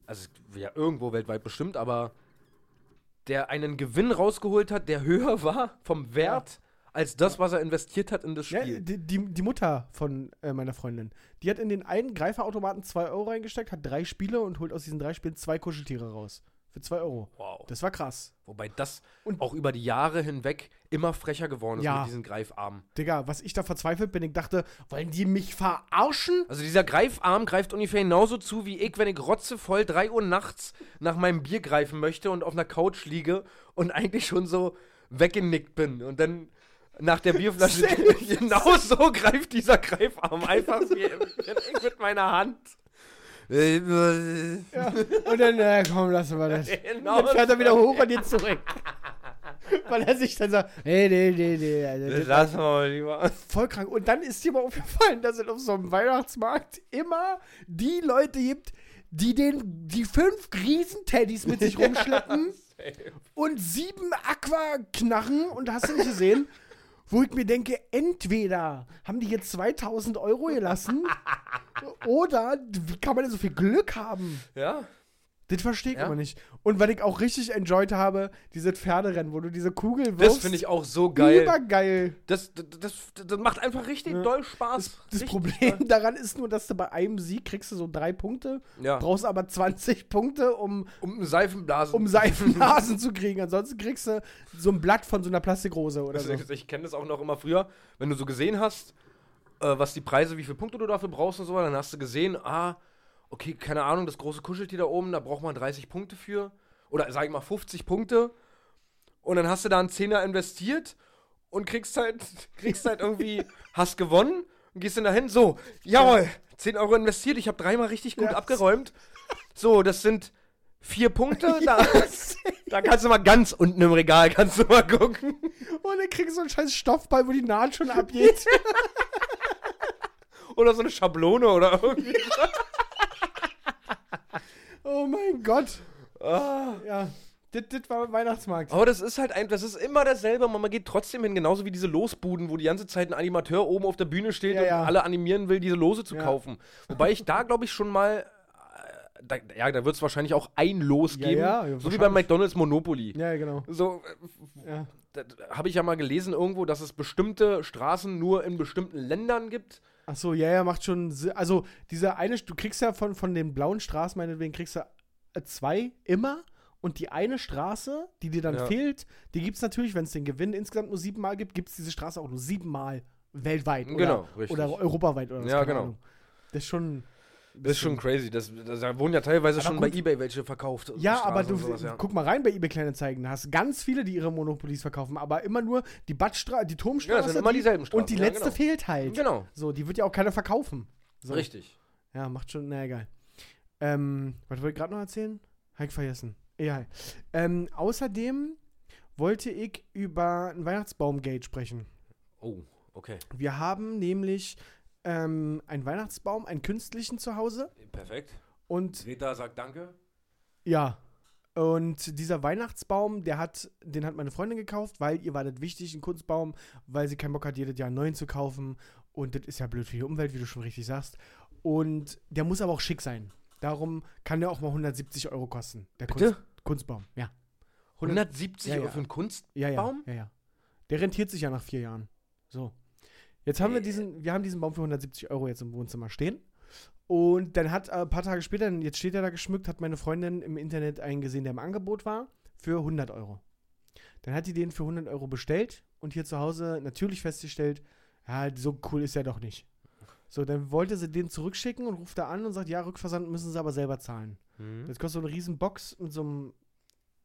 [SPEAKER 4] also es- ja irgendwo weltweit bestimmt, aber der einen Gewinn rausgeholt hat, der (laughs) höher war vom Wert als das, was er investiert hat in das
[SPEAKER 3] Ja, äh,
[SPEAKER 4] Spiel.
[SPEAKER 3] Ne? die, die, die Mutter von äh, meiner Freundin, die hat in den einen Greiferautomaten 2 Euro reingesteckt, hat drei Spiele und holt aus diesen drei Spielen zwei Kuscheltiere raus. Für 2 Euro.
[SPEAKER 4] wow.
[SPEAKER 3] Das war krass.
[SPEAKER 4] Wobei das
[SPEAKER 3] Und-
[SPEAKER 4] auch über die Jahre hinweg immer frecher geworden ist
[SPEAKER 3] Ja.
[SPEAKER 4] mit diesen Greifarmen.
[SPEAKER 3] Digga, was ich da verzweifelt bin, ich dachte, wollen die mich verarschen?
[SPEAKER 4] Also dieser Greifarm greift ungefähr genauso zu wie ich, wenn ich rotzevoll 3 Uhr nachts nach meinem Bier greifen möchte und auf einer Couch liege und eigentlich schon so weggenickt bin und dann nach der Bierflasche
[SPEAKER 3] (laughs)
[SPEAKER 4] (laughs) genau so greift dieser Greifarm einfach wie ich mit meiner Hand. Ja,
[SPEAKER 3] Ja. Und dann, äh, komm, lassen
[SPEAKER 4] (laughs)
[SPEAKER 3] wir das.
[SPEAKER 4] Genau.
[SPEAKER 3] Und dann fährt er wieder
[SPEAKER 4] (laughs)
[SPEAKER 3] hoch und geht zurück. Weil er sich dann sagt, nee, nee, nee, nee. also das-
[SPEAKER 4] Lassen wir mal lieber.
[SPEAKER 3] Voll krank. Und dann ist dir mal aufgefallen, dass es auf so einem Weihnachtsmarkt immer die Leute gibt, die den, die fünf Riesenteddys
[SPEAKER 4] (laughs)
[SPEAKER 3] mit sich rumschleppen und sieben Aqua-Knarren und hast du
[SPEAKER 4] (laughs)
[SPEAKER 3] nicht gesehen? Wo ich mir denke, entweder haben die jetzt 2000
[SPEAKER 4] (laughs)
[SPEAKER 3] Euro gelassen oder wie kann man denn so viel Glück haben?
[SPEAKER 4] Ja.
[SPEAKER 3] Das verstehe ich
[SPEAKER 4] Ja.
[SPEAKER 3] immer nicht. Und was ich auch richtig enjoyed habe, dieses Pferderennen, wo du diese Kugel wirfst.
[SPEAKER 4] Das finde ich auch so geil.
[SPEAKER 3] Übergeil.
[SPEAKER 4] Das, das, das, das macht einfach richtig doll Spaß.
[SPEAKER 3] Das
[SPEAKER 4] Richtig
[SPEAKER 3] Problem daran ist nur, dass du bei einem Sieg kriegst du so drei Punkte,
[SPEAKER 4] doll. Ja.
[SPEAKER 3] brauchst aber 20 Punkte, um,
[SPEAKER 4] Um einen Seifenblasen.
[SPEAKER 3] um Seifenblasen zu kriegen. Ansonsten kriegst du so ein Blatt von so einer Plastikrose oder
[SPEAKER 4] Also
[SPEAKER 3] so.
[SPEAKER 4] ich ich kenne das auch noch immer früher, wenn du so gesehen hast, äh, was die Preise, wie viele Punkte du dafür brauchst und so, dann hast du gesehen, ah, okay, keine Ahnung, das große Kuscheltier da oben, da braucht man 30 Punkte für. Oder sag ich mal 50 Punkte. Und dann hast du da einen Zehner investiert und kriegst halt, (laughs) kriegst halt irgendwie, hast gewonnen und gehst dann dahin, so, jawohl, 10 Euro investiert, ich habe dreimal richtig gut
[SPEAKER 3] Ja.
[SPEAKER 4] abgeräumt. So, das sind vier
[SPEAKER 3] (laughs)
[SPEAKER 4] Punkte, da, da kannst du mal ganz unten im Regal, kannst du (laughs) mal gucken.
[SPEAKER 3] Und dann kriegst du so einen scheiß Stoffball, wo die Naht
[SPEAKER 4] (laughs)
[SPEAKER 3] schon abgeht.
[SPEAKER 4] Oder so eine Schablone oder irgendwie.
[SPEAKER 3] oh mein Gott.
[SPEAKER 4] Ah.
[SPEAKER 3] Ja, das das war Weihnachtsmarkt.
[SPEAKER 4] (laughs) Aber das ist halt ein, das ist immer dasselbe, aber man geht trotzdem hin, genauso wie diese Losbuden, wo die ganze Zeit ein Animateur oben auf der Bühne steht
[SPEAKER 3] Ja,
[SPEAKER 4] und
[SPEAKER 3] ja.
[SPEAKER 4] alle animieren will, diese Lose zu
[SPEAKER 3] Ja.
[SPEAKER 4] kaufen. Wobei ich da, glaube ich, schon mal äh, da, ja, da wird es wahrscheinlich auch ein Los
[SPEAKER 3] Ja,
[SPEAKER 4] geben.
[SPEAKER 3] ja, ja,
[SPEAKER 4] so wie bei
[SPEAKER 3] wahrscheinlich.
[SPEAKER 4] McDonalds Monopoly.
[SPEAKER 3] Ja, genau.
[SPEAKER 4] So, äh,
[SPEAKER 3] Ja.
[SPEAKER 4] habe ich ja mal gelesen irgendwo, dass es bestimmte Straßen nur in bestimmten Ländern gibt.
[SPEAKER 3] Ach so, ja, ja, macht schon Sinn. Also, diese eine, St- du kriegst ja von, von den blauen Straßen, meinetwegen, kriegst du äh, zwei immer. Und die eine Straße, die dir dann
[SPEAKER 4] Ja.
[SPEAKER 3] fehlt, die gibt es natürlich, wenn es den Gewinn insgesamt nur siebenmal gibt, gibt es diese Straße auch nur siebenmal weltweit.
[SPEAKER 4] Genau,
[SPEAKER 3] oder,
[SPEAKER 4] richtig.
[SPEAKER 3] Oder europaweit oder was,
[SPEAKER 4] Ja,
[SPEAKER 3] keine
[SPEAKER 4] genau.
[SPEAKER 3] Ahnung. Das ist schon.
[SPEAKER 4] Das ist schon crazy. Das, das, da wurden ja teilweise
[SPEAKER 3] Aber
[SPEAKER 4] schon
[SPEAKER 3] gut.
[SPEAKER 4] bei Ebay welche verkauft.
[SPEAKER 3] Ja,
[SPEAKER 4] Also Straßen
[SPEAKER 3] aber du
[SPEAKER 4] und sowas, ja.
[SPEAKER 3] guck mal rein bei eBay Kleinanzeigen. Da hast ganz viele, die ihre Monopolies verkaufen, aber immer nur die Badstraße, die Turmstraße.
[SPEAKER 4] Ja, das sind immer
[SPEAKER 3] die-
[SPEAKER 4] dieselben Straßen.
[SPEAKER 3] Und die
[SPEAKER 4] Ja,
[SPEAKER 3] letzte
[SPEAKER 4] genau.
[SPEAKER 3] fehlt halt.
[SPEAKER 4] Genau,
[SPEAKER 3] So, die wird ja auch keiner verkaufen. So.
[SPEAKER 4] richtig.
[SPEAKER 3] Ja, macht schon, na egal. Ähm, was wollte ich gerade noch erzählen? Hab ich vergessen. Egal. Ähm, außerdem wollte ich über ein Weihnachtsbaumgate sprechen.
[SPEAKER 4] Oh, okay.
[SPEAKER 3] Wir haben nämlich ähm, einen Weihnachtsbaum, einen künstlichen zu Hause
[SPEAKER 4] Perfekt.
[SPEAKER 3] und
[SPEAKER 4] Greta sagt Danke.
[SPEAKER 3] Ja. Und dieser Weihnachtsbaum, der hat, den hat meine Freundin gekauft, weil ihr war das wichtig, ein Kunstbaum, weil sie keinen Bock hat, jedes Jahr einen neuen zu kaufen. Und das ist ja blöd für die Umwelt, wie du schon richtig sagst. Und der muss aber auch schick sein. Darum kann der auch mal 170 Euro kosten. Der
[SPEAKER 4] Bitte?
[SPEAKER 3] Kunst, Kunstbaum, ja.
[SPEAKER 4] 170
[SPEAKER 3] Ja,
[SPEAKER 4] Euro
[SPEAKER 3] ja.
[SPEAKER 4] für einen Kunstbaum?
[SPEAKER 3] Ja, ja, ja, ja. Der rentiert sich ja nach vier Jahren. So. Jetzt haben wir
[SPEAKER 4] Äh.
[SPEAKER 3] diesen, wir haben diesen Baum für 170 Euro jetzt im Wohnzimmer stehen. Und dann hat äh, ein paar Tage später, jetzt steht er da geschmückt, hat meine Freundin im Internet einen gesehen, der im Angebot war, für 100 Euro. Dann hat die den für 100 Euro bestellt und hier zu Hause natürlich festgestellt, ja, so cool ist er doch nicht. So, dann wollte sie den zurückschicken und ruft da an und sagt, ja, Rückversand müssen sie aber selber zahlen.
[SPEAKER 4] Mhm.
[SPEAKER 3] Das kostet so eine riesen Box mit so einem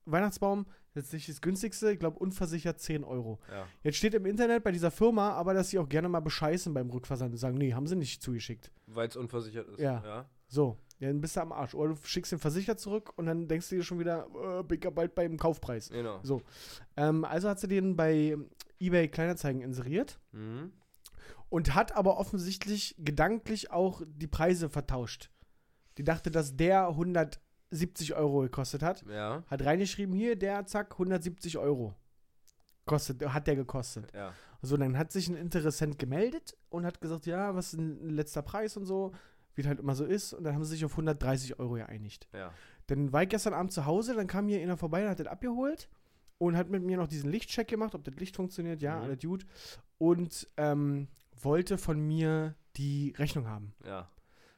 [SPEAKER 3] Weihnachtsbaum. Das ist nicht das günstigste, ich glaube unversichert 10 Euro.
[SPEAKER 4] Ja.
[SPEAKER 3] Jetzt steht im Internet bei dieser Firma aber, dass sie auch gerne mal bescheißen beim Rückversand und sagen, nee, haben sie nicht zugeschickt.
[SPEAKER 4] Weil es unversichert ist.
[SPEAKER 3] Ja.
[SPEAKER 4] ja.
[SPEAKER 3] So, dann bist du am Arsch. Oder du schickst den Versicherer zurück und dann denkst du dir schon wieder, äh, bin ich ja bald beim Kaufpreis.
[SPEAKER 4] Genau.
[SPEAKER 3] Ähm, also hat sie den bei eBay Kleinanzeigen inseriert
[SPEAKER 4] Mhm.
[SPEAKER 3] und hat aber offensichtlich gedanklich auch die Preise vertauscht. Die dachte, dass der 170 Euro gekostet hat.
[SPEAKER 4] Ja.
[SPEAKER 3] Hat reingeschrieben, hier, der, zack, 170 Euro. Kostet, hat der gekostet.
[SPEAKER 4] Ja.
[SPEAKER 3] So, dann hat sich ein Interessent gemeldet und hat gesagt, ja, was ist ein letzter Preis und so, wie es halt immer so ist. Und dann haben sie sich auf 130 Euro geeinigt.
[SPEAKER 4] Ja.
[SPEAKER 3] Dann war ich gestern Abend zu Hause, dann kam hier einer vorbei, der hat das abgeholt und hat mit mir noch diesen Lichtcheck gemacht, ob das Licht funktioniert, ja,
[SPEAKER 4] Mhm.
[SPEAKER 3] alles gut. Und ähm, wollte von mir die Rechnung haben.
[SPEAKER 4] Ja.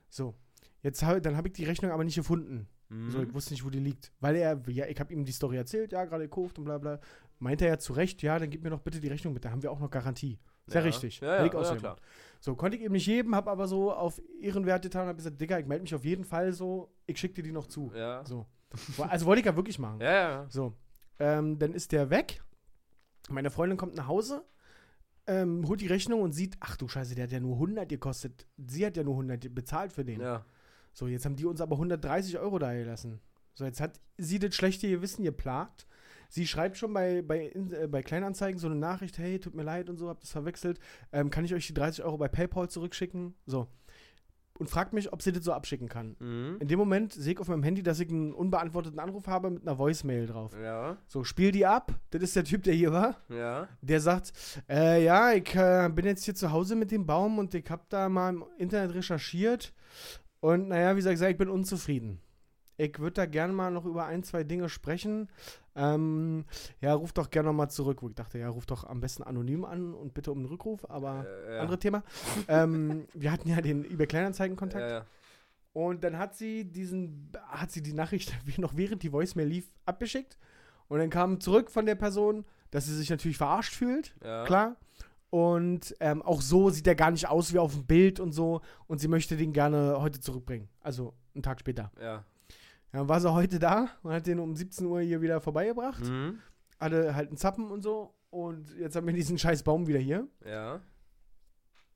[SPEAKER 3] So, jetzt hab, dann habe ich die Rechnung aber nicht gefunden.
[SPEAKER 4] Mhm.
[SPEAKER 3] So, ich wusste nicht, wo die liegt. Weil er, ja, ich habe ihm die Story erzählt, ja, gerade gekauft und bla bla. Meint er ja zu Recht, ja, dann gib mir doch bitte die Rechnung mit, da haben wir auch noch Garantie. Ist ja, richtig.
[SPEAKER 4] Ja, ja,
[SPEAKER 3] Hätte ich
[SPEAKER 4] ja,
[SPEAKER 3] auch so
[SPEAKER 4] ja
[SPEAKER 3] gemacht.
[SPEAKER 4] klar.
[SPEAKER 3] So, konnte ich ihm nicht geben, habe aber so auf Ehrenwert getan und habe gesagt, Digga, ich melde mich auf jeden Fall so, ich schicke dir die noch zu.
[SPEAKER 4] Ja.
[SPEAKER 3] So. Also wollte ich ja wirklich machen.
[SPEAKER 4] Ja, ja.
[SPEAKER 3] So, ähm, dann ist der weg. Meine Freundin kommt nach Hause, ähm, holt die Rechnung und sieht, ach du Scheiße, der hat ja nur 100 gekostet. Sie hat ja nur 100 bezahlt für den.
[SPEAKER 4] Ja.
[SPEAKER 3] So, jetzt haben die uns aber 130 Euro da gelassen. So, jetzt hat sie das schlechte Gewissen geplagt. Sie schreibt schon bei, bei, In- äh, bei Kleinanzeigen so eine Nachricht, hey, tut mir leid und so, habt das verwechselt. Ähm, kann ich euch die 30 Euro bei PayPal zurückschicken? So. Und fragt mich, ob sie das so abschicken kann.
[SPEAKER 4] Mhm.
[SPEAKER 3] In dem Moment sehe ich auf meinem Handy, dass ich einen unbeantworteten Anruf habe mit einer Voicemail drauf.
[SPEAKER 4] Ja.
[SPEAKER 3] So, spiel die ab. Das ist der Typ, der hier war.
[SPEAKER 4] Ja.
[SPEAKER 3] Der sagt, äh, ja, ich äh, bin jetzt hier zu Hause mit dem Baum und ich habe da mal im Internet recherchiert. Und naja, wie gesagt, ich bin unzufrieden. Ich würde da gerne mal noch über ein, zwei Dinge sprechen. Ähm, ja, ruf doch gerne nochmal zurück. Wo ich dachte, ja, ruf doch am besten anonym an und bitte um einen Rückruf, aber
[SPEAKER 4] Äh, ja.
[SPEAKER 3] anderes Thema. ähm, wir hatten ja den eBay
[SPEAKER 4] Ja,
[SPEAKER 3] Kleinanzeigen-Kontakt.
[SPEAKER 4] ja.
[SPEAKER 3] Und dann hat sie diesen, hat sie die Nachricht (laughs) noch während die Voicemail lief abgeschickt. Und dann kam zurück von der Person, dass sie sich natürlich verarscht fühlt,
[SPEAKER 4] Ja.
[SPEAKER 3] klar. Und ähm, auch so sieht er gar nicht aus wie auf dem Bild und so. Und sie möchte den gerne heute zurückbringen. Also einen Tag später.
[SPEAKER 4] Ja.
[SPEAKER 3] Ja, Dann war sie heute da und hat den um 17 Uhr hier wieder vorbeigebracht.
[SPEAKER 4] Mhm.
[SPEAKER 3] Hatte halt einen Zappen und so. Und jetzt haben wir diesen scheiß Baum wieder hier.
[SPEAKER 4] Ja.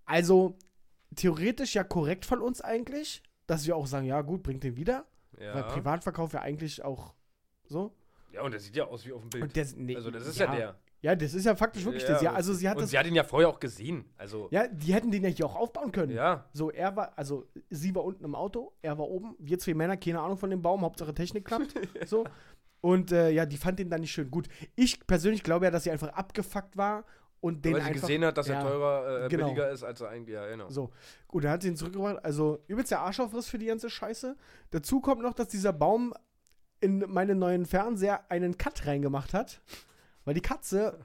[SPEAKER 3] Also theoretisch ja korrekt von uns eigentlich, dass wir auch sagen, ja gut, bringt den wieder.
[SPEAKER 4] Ja.
[SPEAKER 3] Weil Privatverkauf ja eigentlich auch so.
[SPEAKER 4] ja, und der sieht ja aus wie auf dem Bild.
[SPEAKER 3] Und der, nee,
[SPEAKER 4] also, das ist ja, der.
[SPEAKER 3] Ja, das ist ja faktisch wirklich
[SPEAKER 4] Ja,
[SPEAKER 3] das. Ja, also sie hat
[SPEAKER 4] Und
[SPEAKER 3] das.
[SPEAKER 4] sie hat ihn ja vorher auch gesehen. Also,
[SPEAKER 3] Ja, die hätten den ja hier auch aufbauen können.
[SPEAKER 4] ja.
[SPEAKER 3] So, er war, also sie war unten im Auto, er war oben, wir zwei Männer, keine Ahnung von dem Baum, Hauptsache
[SPEAKER 4] (laughs)
[SPEAKER 3] Technik klappt. so. Und äh, ja, die fand den dann nicht schön. Gut, ich persönlich glaube ja, dass sie einfach abgefuckt war und den
[SPEAKER 4] weil sie
[SPEAKER 3] einfach.
[SPEAKER 4] gesehen hat, dass
[SPEAKER 3] ja,
[SPEAKER 4] er teurer, äh,
[SPEAKER 3] genau.
[SPEAKER 4] billiger ist, als er eigentlich, ja, genau.
[SPEAKER 3] So, gut, dann hat sie ihn zurückgebracht. Also übelst der Arschaufriss für die ganze Scheiße. Dazu kommt noch, dass dieser Baum in meinen neuen Fernseher einen Cut reingemacht hat, weil die Katze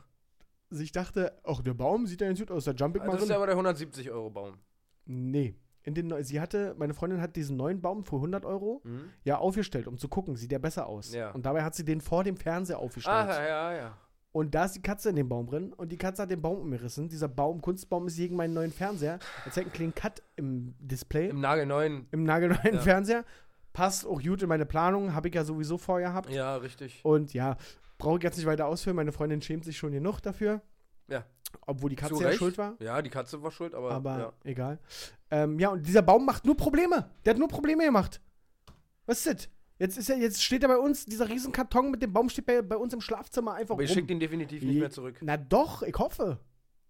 [SPEAKER 3] sich dachte, ach, der Baum sieht ja ganz gut aus, da jump ich
[SPEAKER 4] Also
[SPEAKER 3] mal
[SPEAKER 4] das ist
[SPEAKER 3] drin.
[SPEAKER 4] aber der 170-Euro-Baum.
[SPEAKER 3] Nee. In den, neu- sie hatte, meine Freundin hat diesen neuen Baum für 100 Euro
[SPEAKER 4] Mhm.
[SPEAKER 3] ja aufgestellt, um zu gucken, sieht der besser aus.
[SPEAKER 4] Ja.
[SPEAKER 3] Und dabei hat sie den vor dem Fernseher aufgestellt.
[SPEAKER 4] Ah, ja, ja.
[SPEAKER 3] Und da ist die Katze in dem Baum drin und die Katze hat den Baum umgerissen. Dieser Baum, Kunstbaum ist gegen meinen neuen Fernseher. Jetzt hängt ein kleinen Cut im Display, im,
[SPEAKER 4] Im nagelneuen.
[SPEAKER 3] nagelneuen
[SPEAKER 4] Ja.
[SPEAKER 3] Fernseher. Passt auch gut in meine Planung, habe ich ja sowieso vorher gehabt.
[SPEAKER 4] Ja, richtig.
[SPEAKER 3] Und ja, brauche ich jetzt nicht weiter ausführen. Meine Freundin schämt sich schon genug dafür.
[SPEAKER 4] Ja.
[SPEAKER 3] Obwohl die Katze
[SPEAKER 4] Zu
[SPEAKER 3] ja
[SPEAKER 4] Recht.
[SPEAKER 3] schuld war.
[SPEAKER 4] Ja, die Katze war schuld, aber,
[SPEAKER 3] Aber
[SPEAKER 4] ja.
[SPEAKER 3] egal. Ähm, ja, und dieser Baum macht nur Probleme. Der hat nur Probleme gemacht. Was ist das? Jetzt, ist er, jetzt steht er bei uns, dieser riesen Karton mit dem Baum steht bei, bei uns im Schlafzimmer einfach
[SPEAKER 4] Aber ihr
[SPEAKER 3] rum.
[SPEAKER 4] schickt ihn definitiv nicht
[SPEAKER 3] Je-
[SPEAKER 4] mehr zurück.
[SPEAKER 3] Na doch, ich hoffe.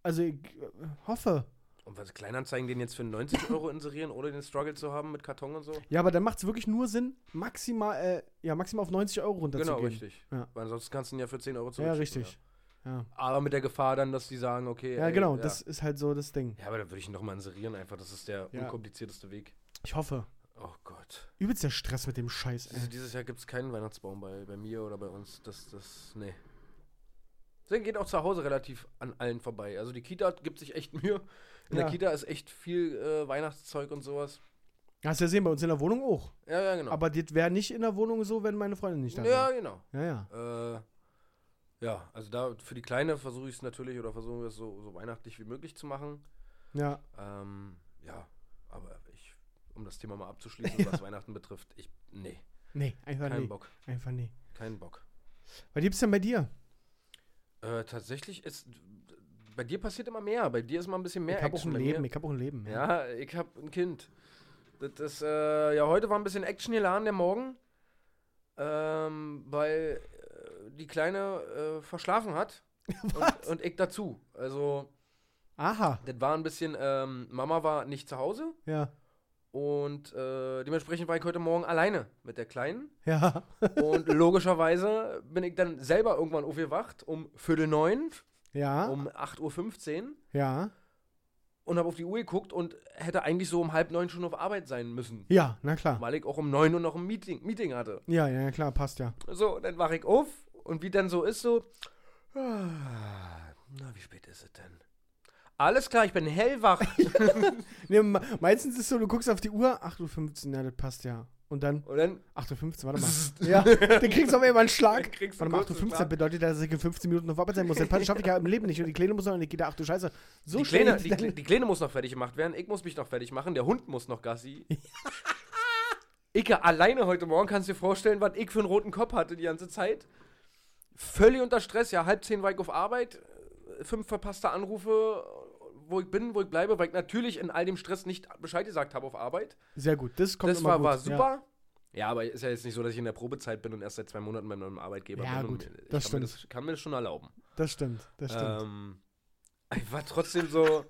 [SPEAKER 3] Also ich äh, hoffe.
[SPEAKER 4] Und was Kleinanzeigen den jetzt für
[SPEAKER 3] (laughs)
[SPEAKER 4] 90 Euro inserieren, ohne den Struggle zu haben mit Karton und so?
[SPEAKER 3] Ja, aber dann macht es wirklich nur Sinn, maximal, äh, ja, maximal auf 90 Euro runterzugehen.
[SPEAKER 4] Genau, richtig.
[SPEAKER 3] Ja.
[SPEAKER 4] Weil ansonsten kannst du ihn ja für 10 Euro
[SPEAKER 3] Ja,
[SPEAKER 4] zurückschicken.
[SPEAKER 3] richtig. Ja,
[SPEAKER 4] Ja. Aber mit der Gefahr dann, dass die sagen, okay.
[SPEAKER 3] ja.
[SPEAKER 4] ey,
[SPEAKER 3] genau,
[SPEAKER 4] ja.
[SPEAKER 3] das ist halt so das Ding.
[SPEAKER 4] Ja, aber dann würde ich ihn nochmal inserieren einfach. Das ist der
[SPEAKER 3] Ja.
[SPEAKER 4] unkomplizierteste Weg.
[SPEAKER 3] Ich hoffe.
[SPEAKER 4] Oh Gott.
[SPEAKER 3] Übelst der Stress mit dem Scheiß,
[SPEAKER 4] Diese,
[SPEAKER 3] ey.
[SPEAKER 4] Also dieses Jahr gibt es keinen Weihnachtsbaum bei, bei mir oder bei uns. Das, das, nee. Deswegen geht auch zu Hause relativ an allen vorbei. Also die Kita gibt sich echt Mühe. In
[SPEAKER 3] Ja.
[SPEAKER 4] der Kita ist echt viel äh, Weihnachtszeug und sowas.
[SPEAKER 3] Hast du ja gesehen, bei uns in der Wohnung auch.
[SPEAKER 4] Ja, ja, genau.
[SPEAKER 3] Aber das wäre nicht in der Wohnung so, wenn meine Freundin nicht da
[SPEAKER 4] ja,
[SPEAKER 3] wäre.
[SPEAKER 4] genau.
[SPEAKER 3] Ja, ja.
[SPEAKER 4] Äh, ja, also da für die Kleine versuche ich es natürlich oder versuchen wir es so, so weihnachtlich wie möglich zu machen.
[SPEAKER 3] Ja,
[SPEAKER 4] Ähm, ja, aber ich, um das Thema mal abzuschließen, was Weihnachten betrifft, ich, nee,
[SPEAKER 3] nee, einfach
[SPEAKER 4] keinen
[SPEAKER 3] nee.
[SPEAKER 4] Bock,
[SPEAKER 3] Einfach nee.
[SPEAKER 4] keinen Bock.
[SPEAKER 3] Was gibt's denn bei dir?
[SPEAKER 4] Äh, tatsächlich ist, bei dir passiert immer mehr, bei dir ist mal ein bisschen mehr
[SPEAKER 3] ich hab auch
[SPEAKER 4] Action.
[SPEAKER 3] ein
[SPEAKER 4] bei
[SPEAKER 3] Leben,
[SPEAKER 4] mir.
[SPEAKER 3] ich hab auch ein Leben.
[SPEAKER 4] Ja, ich hab ein Kind. Das ist, äh, ja, heute war ein bisschen Action geladen, der Morgen, ähm, weil äh, die Kleine äh, verschlafen
[SPEAKER 3] (laughs)
[SPEAKER 4] hat und, und ich dazu. Also,
[SPEAKER 3] Aha,
[SPEAKER 4] das war ein bisschen, ähm, Mama war nicht zu Hause
[SPEAKER 3] ja,
[SPEAKER 4] und äh, dementsprechend war ich heute Morgen alleine mit der Kleinen.
[SPEAKER 3] ja. (laughs)
[SPEAKER 4] Und logischerweise bin ich dann selber irgendwann aufgewacht um Viertel neun,
[SPEAKER 3] Ja,
[SPEAKER 4] um 8.15 Uhr
[SPEAKER 3] ja,
[SPEAKER 4] und habe auf die Uhr geguckt und hätte eigentlich so um halb neun schon auf Arbeit sein müssen.
[SPEAKER 3] ja, na klar.
[SPEAKER 4] Weil ich auch um neun Uhr noch ein Meeting, Meeting hatte.
[SPEAKER 3] Ja, ja, ja, klar, passt ja.
[SPEAKER 4] So, dann wache ich auf und wie dann so ist, so. (sighs) ah, Na, wie spät ist es denn? Alles klar, ich bin hellwach.
[SPEAKER 3] Nee, me- meistens ist so, du guckst auf die Uhr, 8.15 Uhr, ja, das passt ja. Und dann
[SPEAKER 4] Und dann (laughs)
[SPEAKER 3] 8.15 Uhr, warte mal. ja, dann kriegst du auf einmal einen Schlag.
[SPEAKER 4] kriegst
[SPEAKER 3] Warte mal,
[SPEAKER 4] kurz einen
[SPEAKER 3] 8.15 Uhr
[SPEAKER 4] Schlag.
[SPEAKER 3] bedeutet, dass ich in 15 Minuten auf Arbeit sein muss. Das schaffe ich ja im Leben nicht. Und die Kleine muss noch in die Kita. Ach du Scheiße. So
[SPEAKER 4] die,
[SPEAKER 3] schnell.
[SPEAKER 4] Kleine, die, Kle- die Kleine muss noch fertig gemacht werden, ich muss mich noch fertig machen, der Hund muss noch
[SPEAKER 3] (laughs)
[SPEAKER 4] Gassi. Icke, alleine heute Morgen kannst du dir vorstellen, was ich für einen roten Kopf hatte die ganze Zeit. Völlig unter Stress, ja, halb zehn war ich auf Arbeit, äh, fünf verpasste Anrufe, wo ich bin, wo ich bleibe, weil ich natürlich in all dem Stress nicht Bescheid gesagt habe auf Arbeit.
[SPEAKER 3] Sehr gut. Das kommt
[SPEAKER 4] das
[SPEAKER 3] immer
[SPEAKER 4] war,
[SPEAKER 3] gut.
[SPEAKER 4] war super. Ja. aber ist ja jetzt nicht so, dass ich in der Probezeit bin und erst seit zwei Monaten bei meinem Arbeitgeber
[SPEAKER 3] Ja,
[SPEAKER 4] bin.
[SPEAKER 3] gut,
[SPEAKER 4] und ich
[SPEAKER 3] das
[SPEAKER 4] kann mir
[SPEAKER 3] stimmt.
[SPEAKER 4] das, kann mir das schon erlauben.
[SPEAKER 3] Ja, das stimmt. Das stimmt.
[SPEAKER 4] Ähm, (laughs) ich war trotzdem so.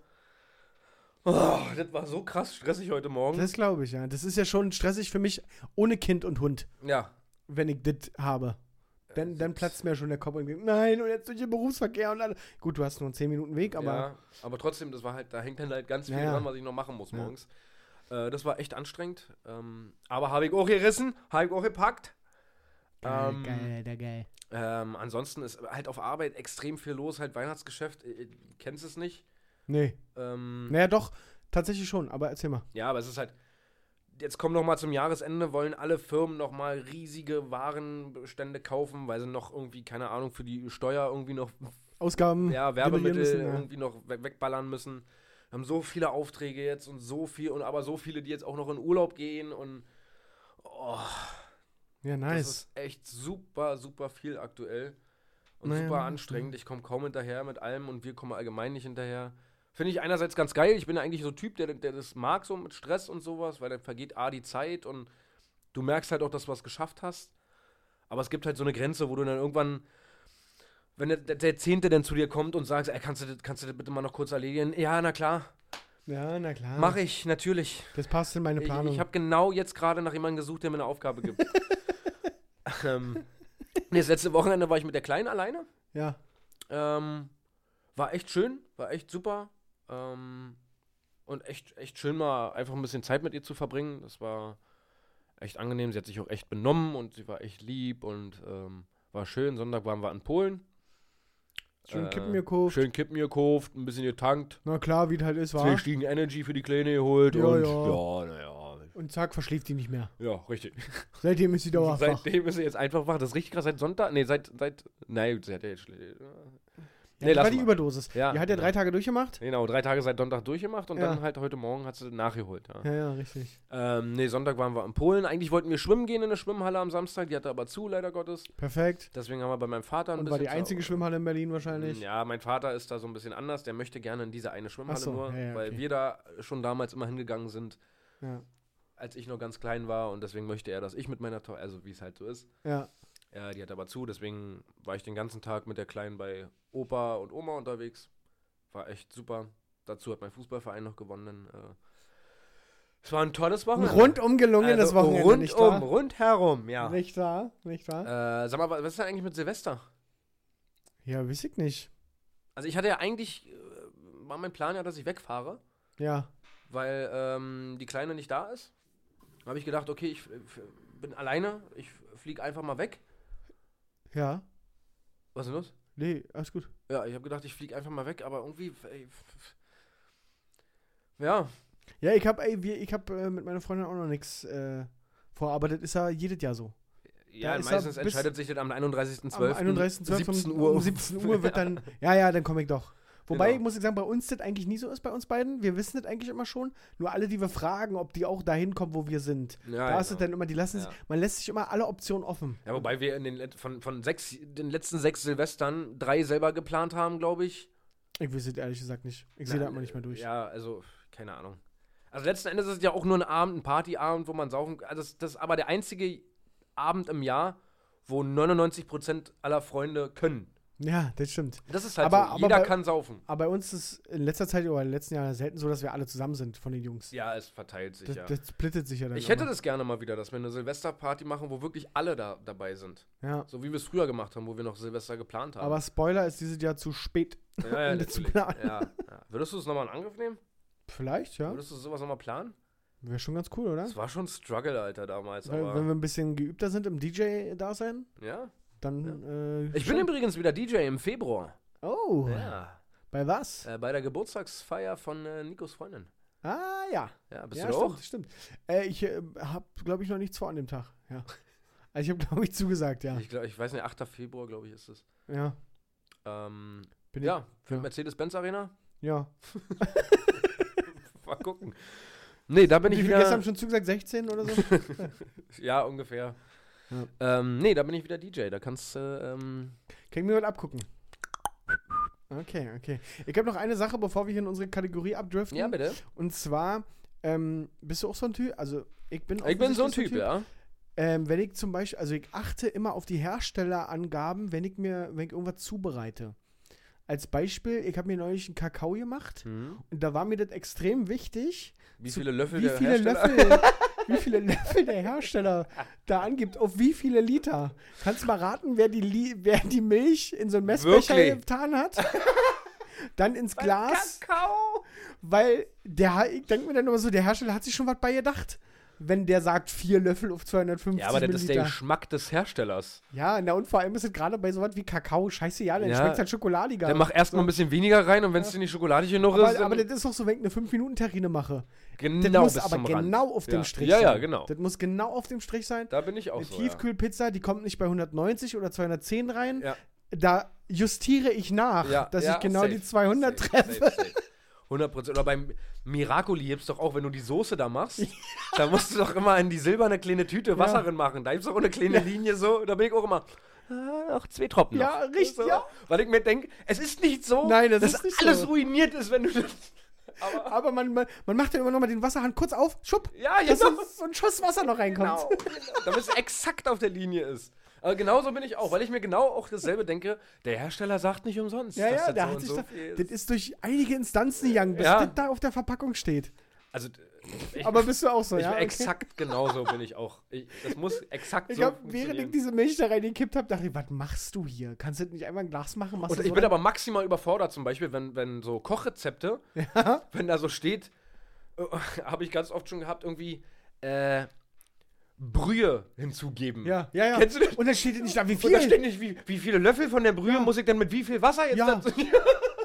[SPEAKER 4] Oh, das war so krass stressig heute Morgen.
[SPEAKER 3] das glaube ich, ja. Das ist ja schon stressig für mich ohne Kind und Hund,
[SPEAKER 4] ja.
[SPEAKER 3] wenn ich das habe. Dann,
[SPEAKER 4] Äh,
[SPEAKER 3] dann platzt mir schon der Kopf und denkt, nein, und jetzt durch den Berufsverkehr und alles. Gut, du hast nur einen 10 Minuten Weg, aber
[SPEAKER 4] ja, aber trotzdem, das war halt, da hängt dann halt ganz viel
[SPEAKER 3] Ja, ja.
[SPEAKER 4] dran, was ich noch machen muss
[SPEAKER 3] Ja.
[SPEAKER 4] morgens. Äh, das war echt anstrengend. Ähm, aber habe ich auch gerissen, habe ich auch gepackt.
[SPEAKER 3] geil,
[SPEAKER 4] Ähm,
[SPEAKER 3] geil, Alter, geil.
[SPEAKER 4] Ähm, ansonsten ist halt auf Arbeit extrem viel los, halt Weihnachtsgeschäft, äh, kennst es nicht.
[SPEAKER 3] Nee.
[SPEAKER 4] Ähm,
[SPEAKER 3] Naja, doch, tatsächlich schon, aber erzähl mal.
[SPEAKER 4] Ja, aber es ist halt. Jetzt kommen noch mal zum Jahresende, wollen alle Firmen noch mal riesige Warenbestände kaufen, weil sie noch irgendwie keine Ahnung für die Steuer irgendwie
[SPEAKER 3] (laughs)
[SPEAKER 4] noch
[SPEAKER 3] Ausgaben.
[SPEAKER 4] ja,
[SPEAKER 3] generieren
[SPEAKER 4] Werbemittel
[SPEAKER 3] müssen, ja.
[SPEAKER 4] irgendwie noch we wegballern müssen. Haben so viele Aufträge jetzt und so viel und aber so viele, die jetzt auch noch in Urlaub gehen und oh,
[SPEAKER 3] Ja,
[SPEAKER 4] das
[SPEAKER 3] nice.
[SPEAKER 4] ist echt super super viel aktuell und
[SPEAKER 3] Naja,
[SPEAKER 4] super
[SPEAKER 3] ja.
[SPEAKER 4] anstrengend. Ich komme kaum hinterher mit allem und wir kommen allgemein nicht hinterher. Finde ich einerseits ganz geil. Ich bin ja eigentlich so ein Typ, der, der das mag, so mit Stress und sowas, weil dann vergeht A die Zeit und du merkst halt auch, dass du was geschafft hast. Aber es gibt halt so eine Grenze, wo du dann irgendwann, wenn der, der- der Zehnte dann zu dir kommt und sagst, ey, kannst du, das- kannst du das bitte mal noch kurz erledigen? Ja, na klar,
[SPEAKER 3] ja, na klar.
[SPEAKER 4] mache ich, natürlich.
[SPEAKER 3] Das passt in meine
[SPEAKER 4] Ich,
[SPEAKER 3] Planung.
[SPEAKER 4] ich habe genau jetzt gerade nach jemandem gesucht, der mir eine Aufgabe
[SPEAKER 3] (laughs)
[SPEAKER 4] gibt. ähm, nee, das letzte Wochenende war ich mit der Kleinen alleine.
[SPEAKER 3] ja.
[SPEAKER 4] Ähm, war echt schön, war echt super. Ähm, und echt, echt schön, mal einfach ein bisschen Zeit mit ihr zu verbringen. Das war echt angenehm. Sie hat sich auch echt benommen und sie war echt lieb und ähm, war schön. Sonntag waren wir in Polen.
[SPEAKER 3] Schön
[SPEAKER 4] Äh,
[SPEAKER 3] kippen gekauft.
[SPEAKER 4] Schön Kippen gekauft, ein bisschen getankt.
[SPEAKER 3] Na klar, wie es halt ist,
[SPEAKER 4] Zwei
[SPEAKER 3] war.
[SPEAKER 4] Stiegen Energy für die Kleine geholt
[SPEAKER 3] Ja,
[SPEAKER 4] und
[SPEAKER 3] ja.
[SPEAKER 4] ja, naja.
[SPEAKER 3] Und zack, verschläft die nicht mehr.
[SPEAKER 4] Ja, richtig.
[SPEAKER 3] Seitdem ist sie dauerhaft.
[SPEAKER 4] Seitdem ist sie jetzt einfach wach. Das ist richtig krass. Seit Sonntag. Nee, seit. seit nein, sie hat ja jetzt. schl-
[SPEAKER 3] Ja,
[SPEAKER 4] Nee,
[SPEAKER 3] das
[SPEAKER 4] lass
[SPEAKER 3] war die
[SPEAKER 4] mal.
[SPEAKER 3] Überdosis.
[SPEAKER 4] Ja,
[SPEAKER 3] die hat ja drei Tage durchgemacht.
[SPEAKER 4] Genau, drei Tage seit Sonntag durchgemacht und
[SPEAKER 3] Ja.
[SPEAKER 4] dann halt heute Morgen hat sie nachgeholt. Ja.
[SPEAKER 3] Ja, ja, richtig.
[SPEAKER 4] Ähm, nee, Sonntag waren wir in Polen. Eigentlich wollten wir schwimmen gehen in der Schwimmhalle am Samstag. Die hatte aber zu, leider Gottes.
[SPEAKER 3] Perfekt.
[SPEAKER 4] Deswegen haben wir bei meinem Vater ein
[SPEAKER 3] Und
[SPEAKER 4] bisschen.
[SPEAKER 3] war die einzige
[SPEAKER 4] Schwimmhalle.
[SPEAKER 3] Schwimmhalle in Berlin wahrscheinlich.
[SPEAKER 4] Hm, Ja, mein Vater ist da so ein bisschen anders. Der möchte gerne in diese eine Schwimmhalle
[SPEAKER 3] so,
[SPEAKER 4] nur,
[SPEAKER 3] ja, ja,
[SPEAKER 4] weil
[SPEAKER 3] okay.
[SPEAKER 4] wir da schon damals immer hingegangen sind,
[SPEAKER 3] Ja.
[SPEAKER 4] als ich noch ganz klein war. Und deswegen möchte er, dass ich mit meiner Tochter, also wie es halt so ist.
[SPEAKER 3] ja.
[SPEAKER 4] Ja, die hat aber zu, deswegen war ich den ganzen Tag mit der Kleinen bei Opa und Oma unterwegs. War echt super. Dazu hat mein Fußballverein noch gewonnen. äh. Es war ein tolles
[SPEAKER 3] Ein
[SPEAKER 4] Wochenende. Also
[SPEAKER 3] rundum gelungenes Wochenende,
[SPEAKER 4] Rundum,
[SPEAKER 3] nicht wahr?
[SPEAKER 4] rundherum, ja.
[SPEAKER 3] Nicht wahr? Nicht wahr?
[SPEAKER 4] Äh, sag mal, wa- was ist denn eigentlich mit Silvester?
[SPEAKER 3] Ja, weiß ich nicht.
[SPEAKER 4] Also ich hatte ja eigentlich, äh, war mein Plan ja, dass ich wegfahre,
[SPEAKER 3] Ja.
[SPEAKER 4] weil ähm, die Kleine nicht da ist. Da habe ich gedacht, okay, ich f- bin alleine, ich fliege einfach mal weg.
[SPEAKER 3] Ja.
[SPEAKER 4] Was ist denn los?
[SPEAKER 3] Nee, alles gut.
[SPEAKER 4] Ja, ich habe gedacht, ich fliege einfach mal weg, aber irgendwie. Ey, f- f- ja,
[SPEAKER 3] Ja, ich habe ich hab, äh, mit meiner Freundin auch noch nichts äh, vorarbeitet. Ist ja jedes Jahr so.
[SPEAKER 4] ja
[SPEAKER 3] ist er
[SPEAKER 4] meistens
[SPEAKER 3] bis-
[SPEAKER 4] entscheidet sich das am 31.12.
[SPEAKER 3] Am 31.12. um-
[SPEAKER 4] 17 Uhr.
[SPEAKER 3] um 17 Uhr wird
[SPEAKER 4] (laughs)
[SPEAKER 3] dann, ja, ja, dann komme ich doch. Wobei,
[SPEAKER 4] Genau.
[SPEAKER 3] ich muss ich sagen, bei uns das eigentlich nie so ist, bei uns beiden. Wir wissen das eigentlich immer schon. Nur alle, die wir fragen, ob die auch dahin kommen, wo wir sind.
[SPEAKER 4] Ja,
[SPEAKER 3] da ist
[SPEAKER 4] ja.
[SPEAKER 3] es dann immer, die lassen
[SPEAKER 4] Ja.
[SPEAKER 3] sich, man lässt sich immer alle Optionen offen.
[SPEAKER 4] ja, wobei wir in den, let- von, von sechs, den letzten sechs Silvestern drei selber geplant haben, glaube ich.
[SPEAKER 3] Ich weiß es ehrlich gesagt nicht. Ich sehe
[SPEAKER 4] Na,
[SPEAKER 3] da immer nicht mehr durch.
[SPEAKER 4] Ja, also, keine Ahnung. Also letzten Endes ist es ja auch nur ein Abend, ein Partyabend, wo man saufen kann. Also das, das ist aber der einzige Abend im Jahr, wo 99% aller Freunde können.
[SPEAKER 3] Ja, das stimmt.
[SPEAKER 4] Das ist halt
[SPEAKER 3] Aber-
[SPEAKER 4] so.
[SPEAKER 3] aber
[SPEAKER 4] Jeder
[SPEAKER 3] bei-
[SPEAKER 4] kann saufen.
[SPEAKER 3] Aber bei uns ist in letzter Zeit oder in den letzten Jahren selten so, dass wir alle zusammen sind von den Jungs.
[SPEAKER 4] Ja, es verteilt sich,
[SPEAKER 3] das,
[SPEAKER 4] ja.
[SPEAKER 3] das splittet sich ja dann.
[SPEAKER 4] Ich hätte
[SPEAKER 3] immer.
[SPEAKER 4] das gerne mal wieder, dass wir eine Silvesterparty machen, wo wirklich alle da dabei sind.
[SPEAKER 3] Ja.
[SPEAKER 4] So wie wir es früher gemacht haben, wo wir noch Silvester geplant haben.
[SPEAKER 3] Aber Spoiler ist dieses Jahr zu spät.
[SPEAKER 4] ja,
[SPEAKER 3] (laughs)
[SPEAKER 4] ja,
[SPEAKER 3] um das zu
[SPEAKER 4] natürlich.
[SPEAKER 3] planen.
[SPEAKER 4] ja, ja. Würdest du es nochmal in Angriff nehmen?
[SPEAKER 3] Vielleicht, ja.
[SPEAKER 4] Würdest du sowas nochmal planen?
[SPEAKER 3] Wäre schon ganz cool, oder?
[SPEAKER 4] Das war schon ein Struggle, Alter, damals.
[SPEAKER 3] Weil,
[SPEAKER 4] aber,
[SPEAKER 3] wenn wir ein bisschen geübter sind im DJ-Dasein,
[SPEAKER 4] ja.
[SPEAKER 3] dann. Äh,
[SPEAKER 4] Ich bin
[SPEAKER 3] schon.
[SPEAKER 4] übrigens wieder DJ im Februar.
[SPEAKER 3] Oh,
[SPEAKER 4] Ja.
[SPEAKER 3] bei was?
[SPEAKER 4] Äh, bei der Geburtstagsfeier von äh, Nikos Freundin.
[SPEAKER 3] Ah, ja.
[SPEAKER 4] Ja, bist
[SPEAKER 3] ja,
[SPEAKER 4] du da auch?
[SPEAKER 3] stimmt, stimmt. Äh, ich äh, habe, glaube ich, noch nichts vor an dem Tag.
[SPEAKER 4] (laughs)
[SPEAKER 3] Ja. Also ich habe, glaube ich, zugesagt, ja.
[SPEAKER 4] Ich, glaub, ich weiß nicht, 8. Februar, glaube ich, ist es.
[SPEAKER 3] ja.
[SPEAKER 4] Ähm,
[SPEAKER 3] Bin
[SPEAKER 4] ja, für
[SPEAKER 3] ja.
[SPEAKER 4] Mercedes-Benz Arena. (laughs)
[SPEAKER 3] Ich, ja.
[SPEAKER 4] Mal gucken. Nee, da bin
[SPEAKER 3] Wie
[SPEAKER 4] ich
[SPEAKER 3] viel
[SPEAKER 4] wieder.
[SPEAKER 3] gestern schon zugesagt? 16 oder so?
[SPEAKER 4] Ja, ungefähr.
[SPEAKER 3] Ja.
[SPEAKER 4] Ähm, nee, da bin ich wieder DJ. Da kannst du. ähm,
[SPEAKER 3] Kann ich mir mal abgucken. Okay, okay. Ich habe noch eine Sache, bevor wir hier in unsere Kategorie abdriften.
[SPEAKER 4] ja, bitte.
[SPEAKER 3] Und zwar, ähm, bist du auch so ein Typ? Also, ich bin
[SPEAKER 4] Ich bin so ein
[SPEAKER 3] offensichtlich
[SPEAKER 4] Typ, ja.
[SPEAKER 3] Ähm, wenn ich zum Beispiel, also ich achte immer auf die Herstellerangaben, wenn ich mir, wenn ich irgendwas zubereite. Als Beispiel, ich habe mir neulich einen Kakao gemacht
[SPEAKER 4] Hm.
[SPEAKER 3] und da war mir das extrem wichtig,
[SPEAKER 4] Wie
[SPEAKER 3] Zu-
[SPEAKER 4] viele Löffel
[SPEAKER 3] wie
[SPEAKER 4] der
[SPEAKER 3] viele
[SPEAKER 4] Hersteller-
[SPEAKER 3] Löffel,
[SPEAKER 4] (laughs)
[SPEAKER 3] wie viele Löffel der Hersteller da angibt, auf wie viele Liter. Kannst du mal raten, wer die, Li wer die Milch in so einen Messbecher
[SPEAKER 4] Wirklich? (laughs)
[SPEAKER 3] getan hat? Dann ins Glas,
[SPEAKER 4] Kakao.
[SPEAKER 3] weil der, ich denke mir dann immer so, der Hersteller hat sich schon was bei gedacht, wenn der sagt, vier Löffel auf 250
[SPEAKER 4] Ja, aber das ist der
[SPEAKER 3] Milliliter.
[SPEAKER 4] Geschmack des Herstellers.
[SPEAKER 3] Ja, na und vor allem ist es gerade bei sowas wie Kakao scheiße, ja, dann
[SPEAKER 4] Ja.
[SPEAKER 3] schmeckt halt schokoladiger.
[SPEAKER 4] Dann mach erst mal ein bisschen weniger rein und wenn es dir nicht schokoladig genug ist,
[SPEAKER 3] aber,
[SPEAKER 4] dann
[SPEAKER 3] aber das ist doch so, wenn ich eine 5-Minuten-Terrine mache. Das
[SPEAKER 4] genau
[SPEAKER 3] muss
[SPEAKER 4] bis
[SPEAKER 3] aber
[SPEAKER 4] zum Rand.
[SPEAKER 3] genau auf
[SPEAKER 4] ja.
[SPEAKER 3] dem Strich
[SPEAKER 4] Ja,
[SPEAKER 3] sein.
[SPEAKER 4] ja, genau.
[SPEAKER 3] Das muss genau auf dem Strich sein.
[SPEAKER 4] Da bin ich auch
[SPEAKER 3] Eine
[SPEAKER 4] so. Ja.
[SPEAKER 3] Tiefkühlpizza, die kommt nicht bei 190 oder 210 rein.
[SPEAKER 4] Ja.
[SPEAKER 3] Da justiere ich nach,
[SPEAKER 4] Ja,
[SPEAKER 3] dass
[SPEAKER 4] ja,
[SPEAKER 3] ich genau
[SPEAKER 4] safe,
[SPEAKER 3] die 200
[SPEAKER 4] safe,
[SPEAKER 3] treffe.
[SPEAKER 4] safe, safe. 100%. Oder beim Miracoli gibst doch auch, wenn du die Soße da machst, da musst du doch immer in die silberne kleine Tüte Wasser
[SPEAKER 3] Ja.
[SPEAKER 4] drin machen. Da gibt's doch auch eine kleine Linie so. Da bin ich auch immer, ah, noch zwei Tropfen.
[SPEAKER 3] Ja,
[SPEAKER 4] noch.
[SPEAKER 3] richtig,
[SPEAKER 4] So,
[SPEAKER 3] ja.
[SPEAKER 4] Weil ich mir denke, es ist nicht so,
[SPEAKER 3] Nein, das
[SPEAKER 4] dass
[SPEAKER 3] ist nicht
[SPEAKER 4] alles
[SPEAKER 3] so.
[SPEAKER 4] ruiniert ist, wenn du das.
[SPEAKER 3] Aber man, man, man macht dann immer noch mal den Wasserhahn kurz auf, schupp,
[SPEAKER 4] Ja,
[SPEAKER 3] dass
[SPEAKER 4] genau.
[SPEAKER 3] so- so ein Schuss Wasser noch reinkommt.
[SPEAKER 4] Genau. genau. Damit es exakt auf der Linie ist. Aber genauso bin ich auch, weil ich mir genau auch dasselbe denke, der Hersteller sagt nicht umsonst.
[SPEAKER 3] Ja,
[SPEAKER 4] dass
[SPEAKER 3] ja,
[SPEAKER 4] das
[SPEAKER 3] da
[SPEAKER 4] so
[SPEAKER 3] hat
[SPEAKER 4] und
[SPEAKER 3] sich
[SPEAKER 4] so
[SPEAKER 3] da,
[SPEAKER 4] viel ist.
[SPEAKER 3] das ist durch einige Instanzen gegangen, bis
[SPEAKER 4] Ja.
[SPEAKER 3] das da auf der Verpackung steht.
[SPEAKER 4] Also, Ich,
[SPEAKER 3] Aber bist du auch so,
[SPEAKER 4] ich,
[SPEAKER 3] ja? Okay.
[SPEAKER 4] Exakt genauso bin ich auch. Ich, das muss exakt
[SPEAKER 3] Ich
[SPEAKER 4] so
[SPEAKER 3] glaube, während ich
[SPEAKER 4] funktionieren.
[SPEAKER 3] diese Milch da reingekippt habe, dachte ich, was machst du hier? Kannst du nicht einmal ein Glas machen? Machst
[SPEAKER 4] Und
[SPEAKER 3] du
[SPEAKER 4] ich
[SPEAKER 3] so
[SPEAKER 4] bin
[SPEAKER 3] rein?
[SPEAKER 4] aber maximal überfordert, zum Beispiel, wenn, wenn so Kochrezepte, wenn da so steht, äh, (laughs) habe ich ganz oft schon gehabt, irgendwie äh, Brühe hinzugeben.
[SPEAKER 3] Ja, ja, ja.
[SPEAKER 4] Kennst du das?
[SPEAKER 3] Und dann steht nicht da, wie
[SPEAKER 4] Und da
[SPEAKER 3] viel?
[SPEAKER 4] steht nicht, wie, wie viele Löffel von der Brühe muss ich denn mit wie viel Wasser jetzt
[SPEAKER 3] Ja.
[SPEAKER 4] dazu?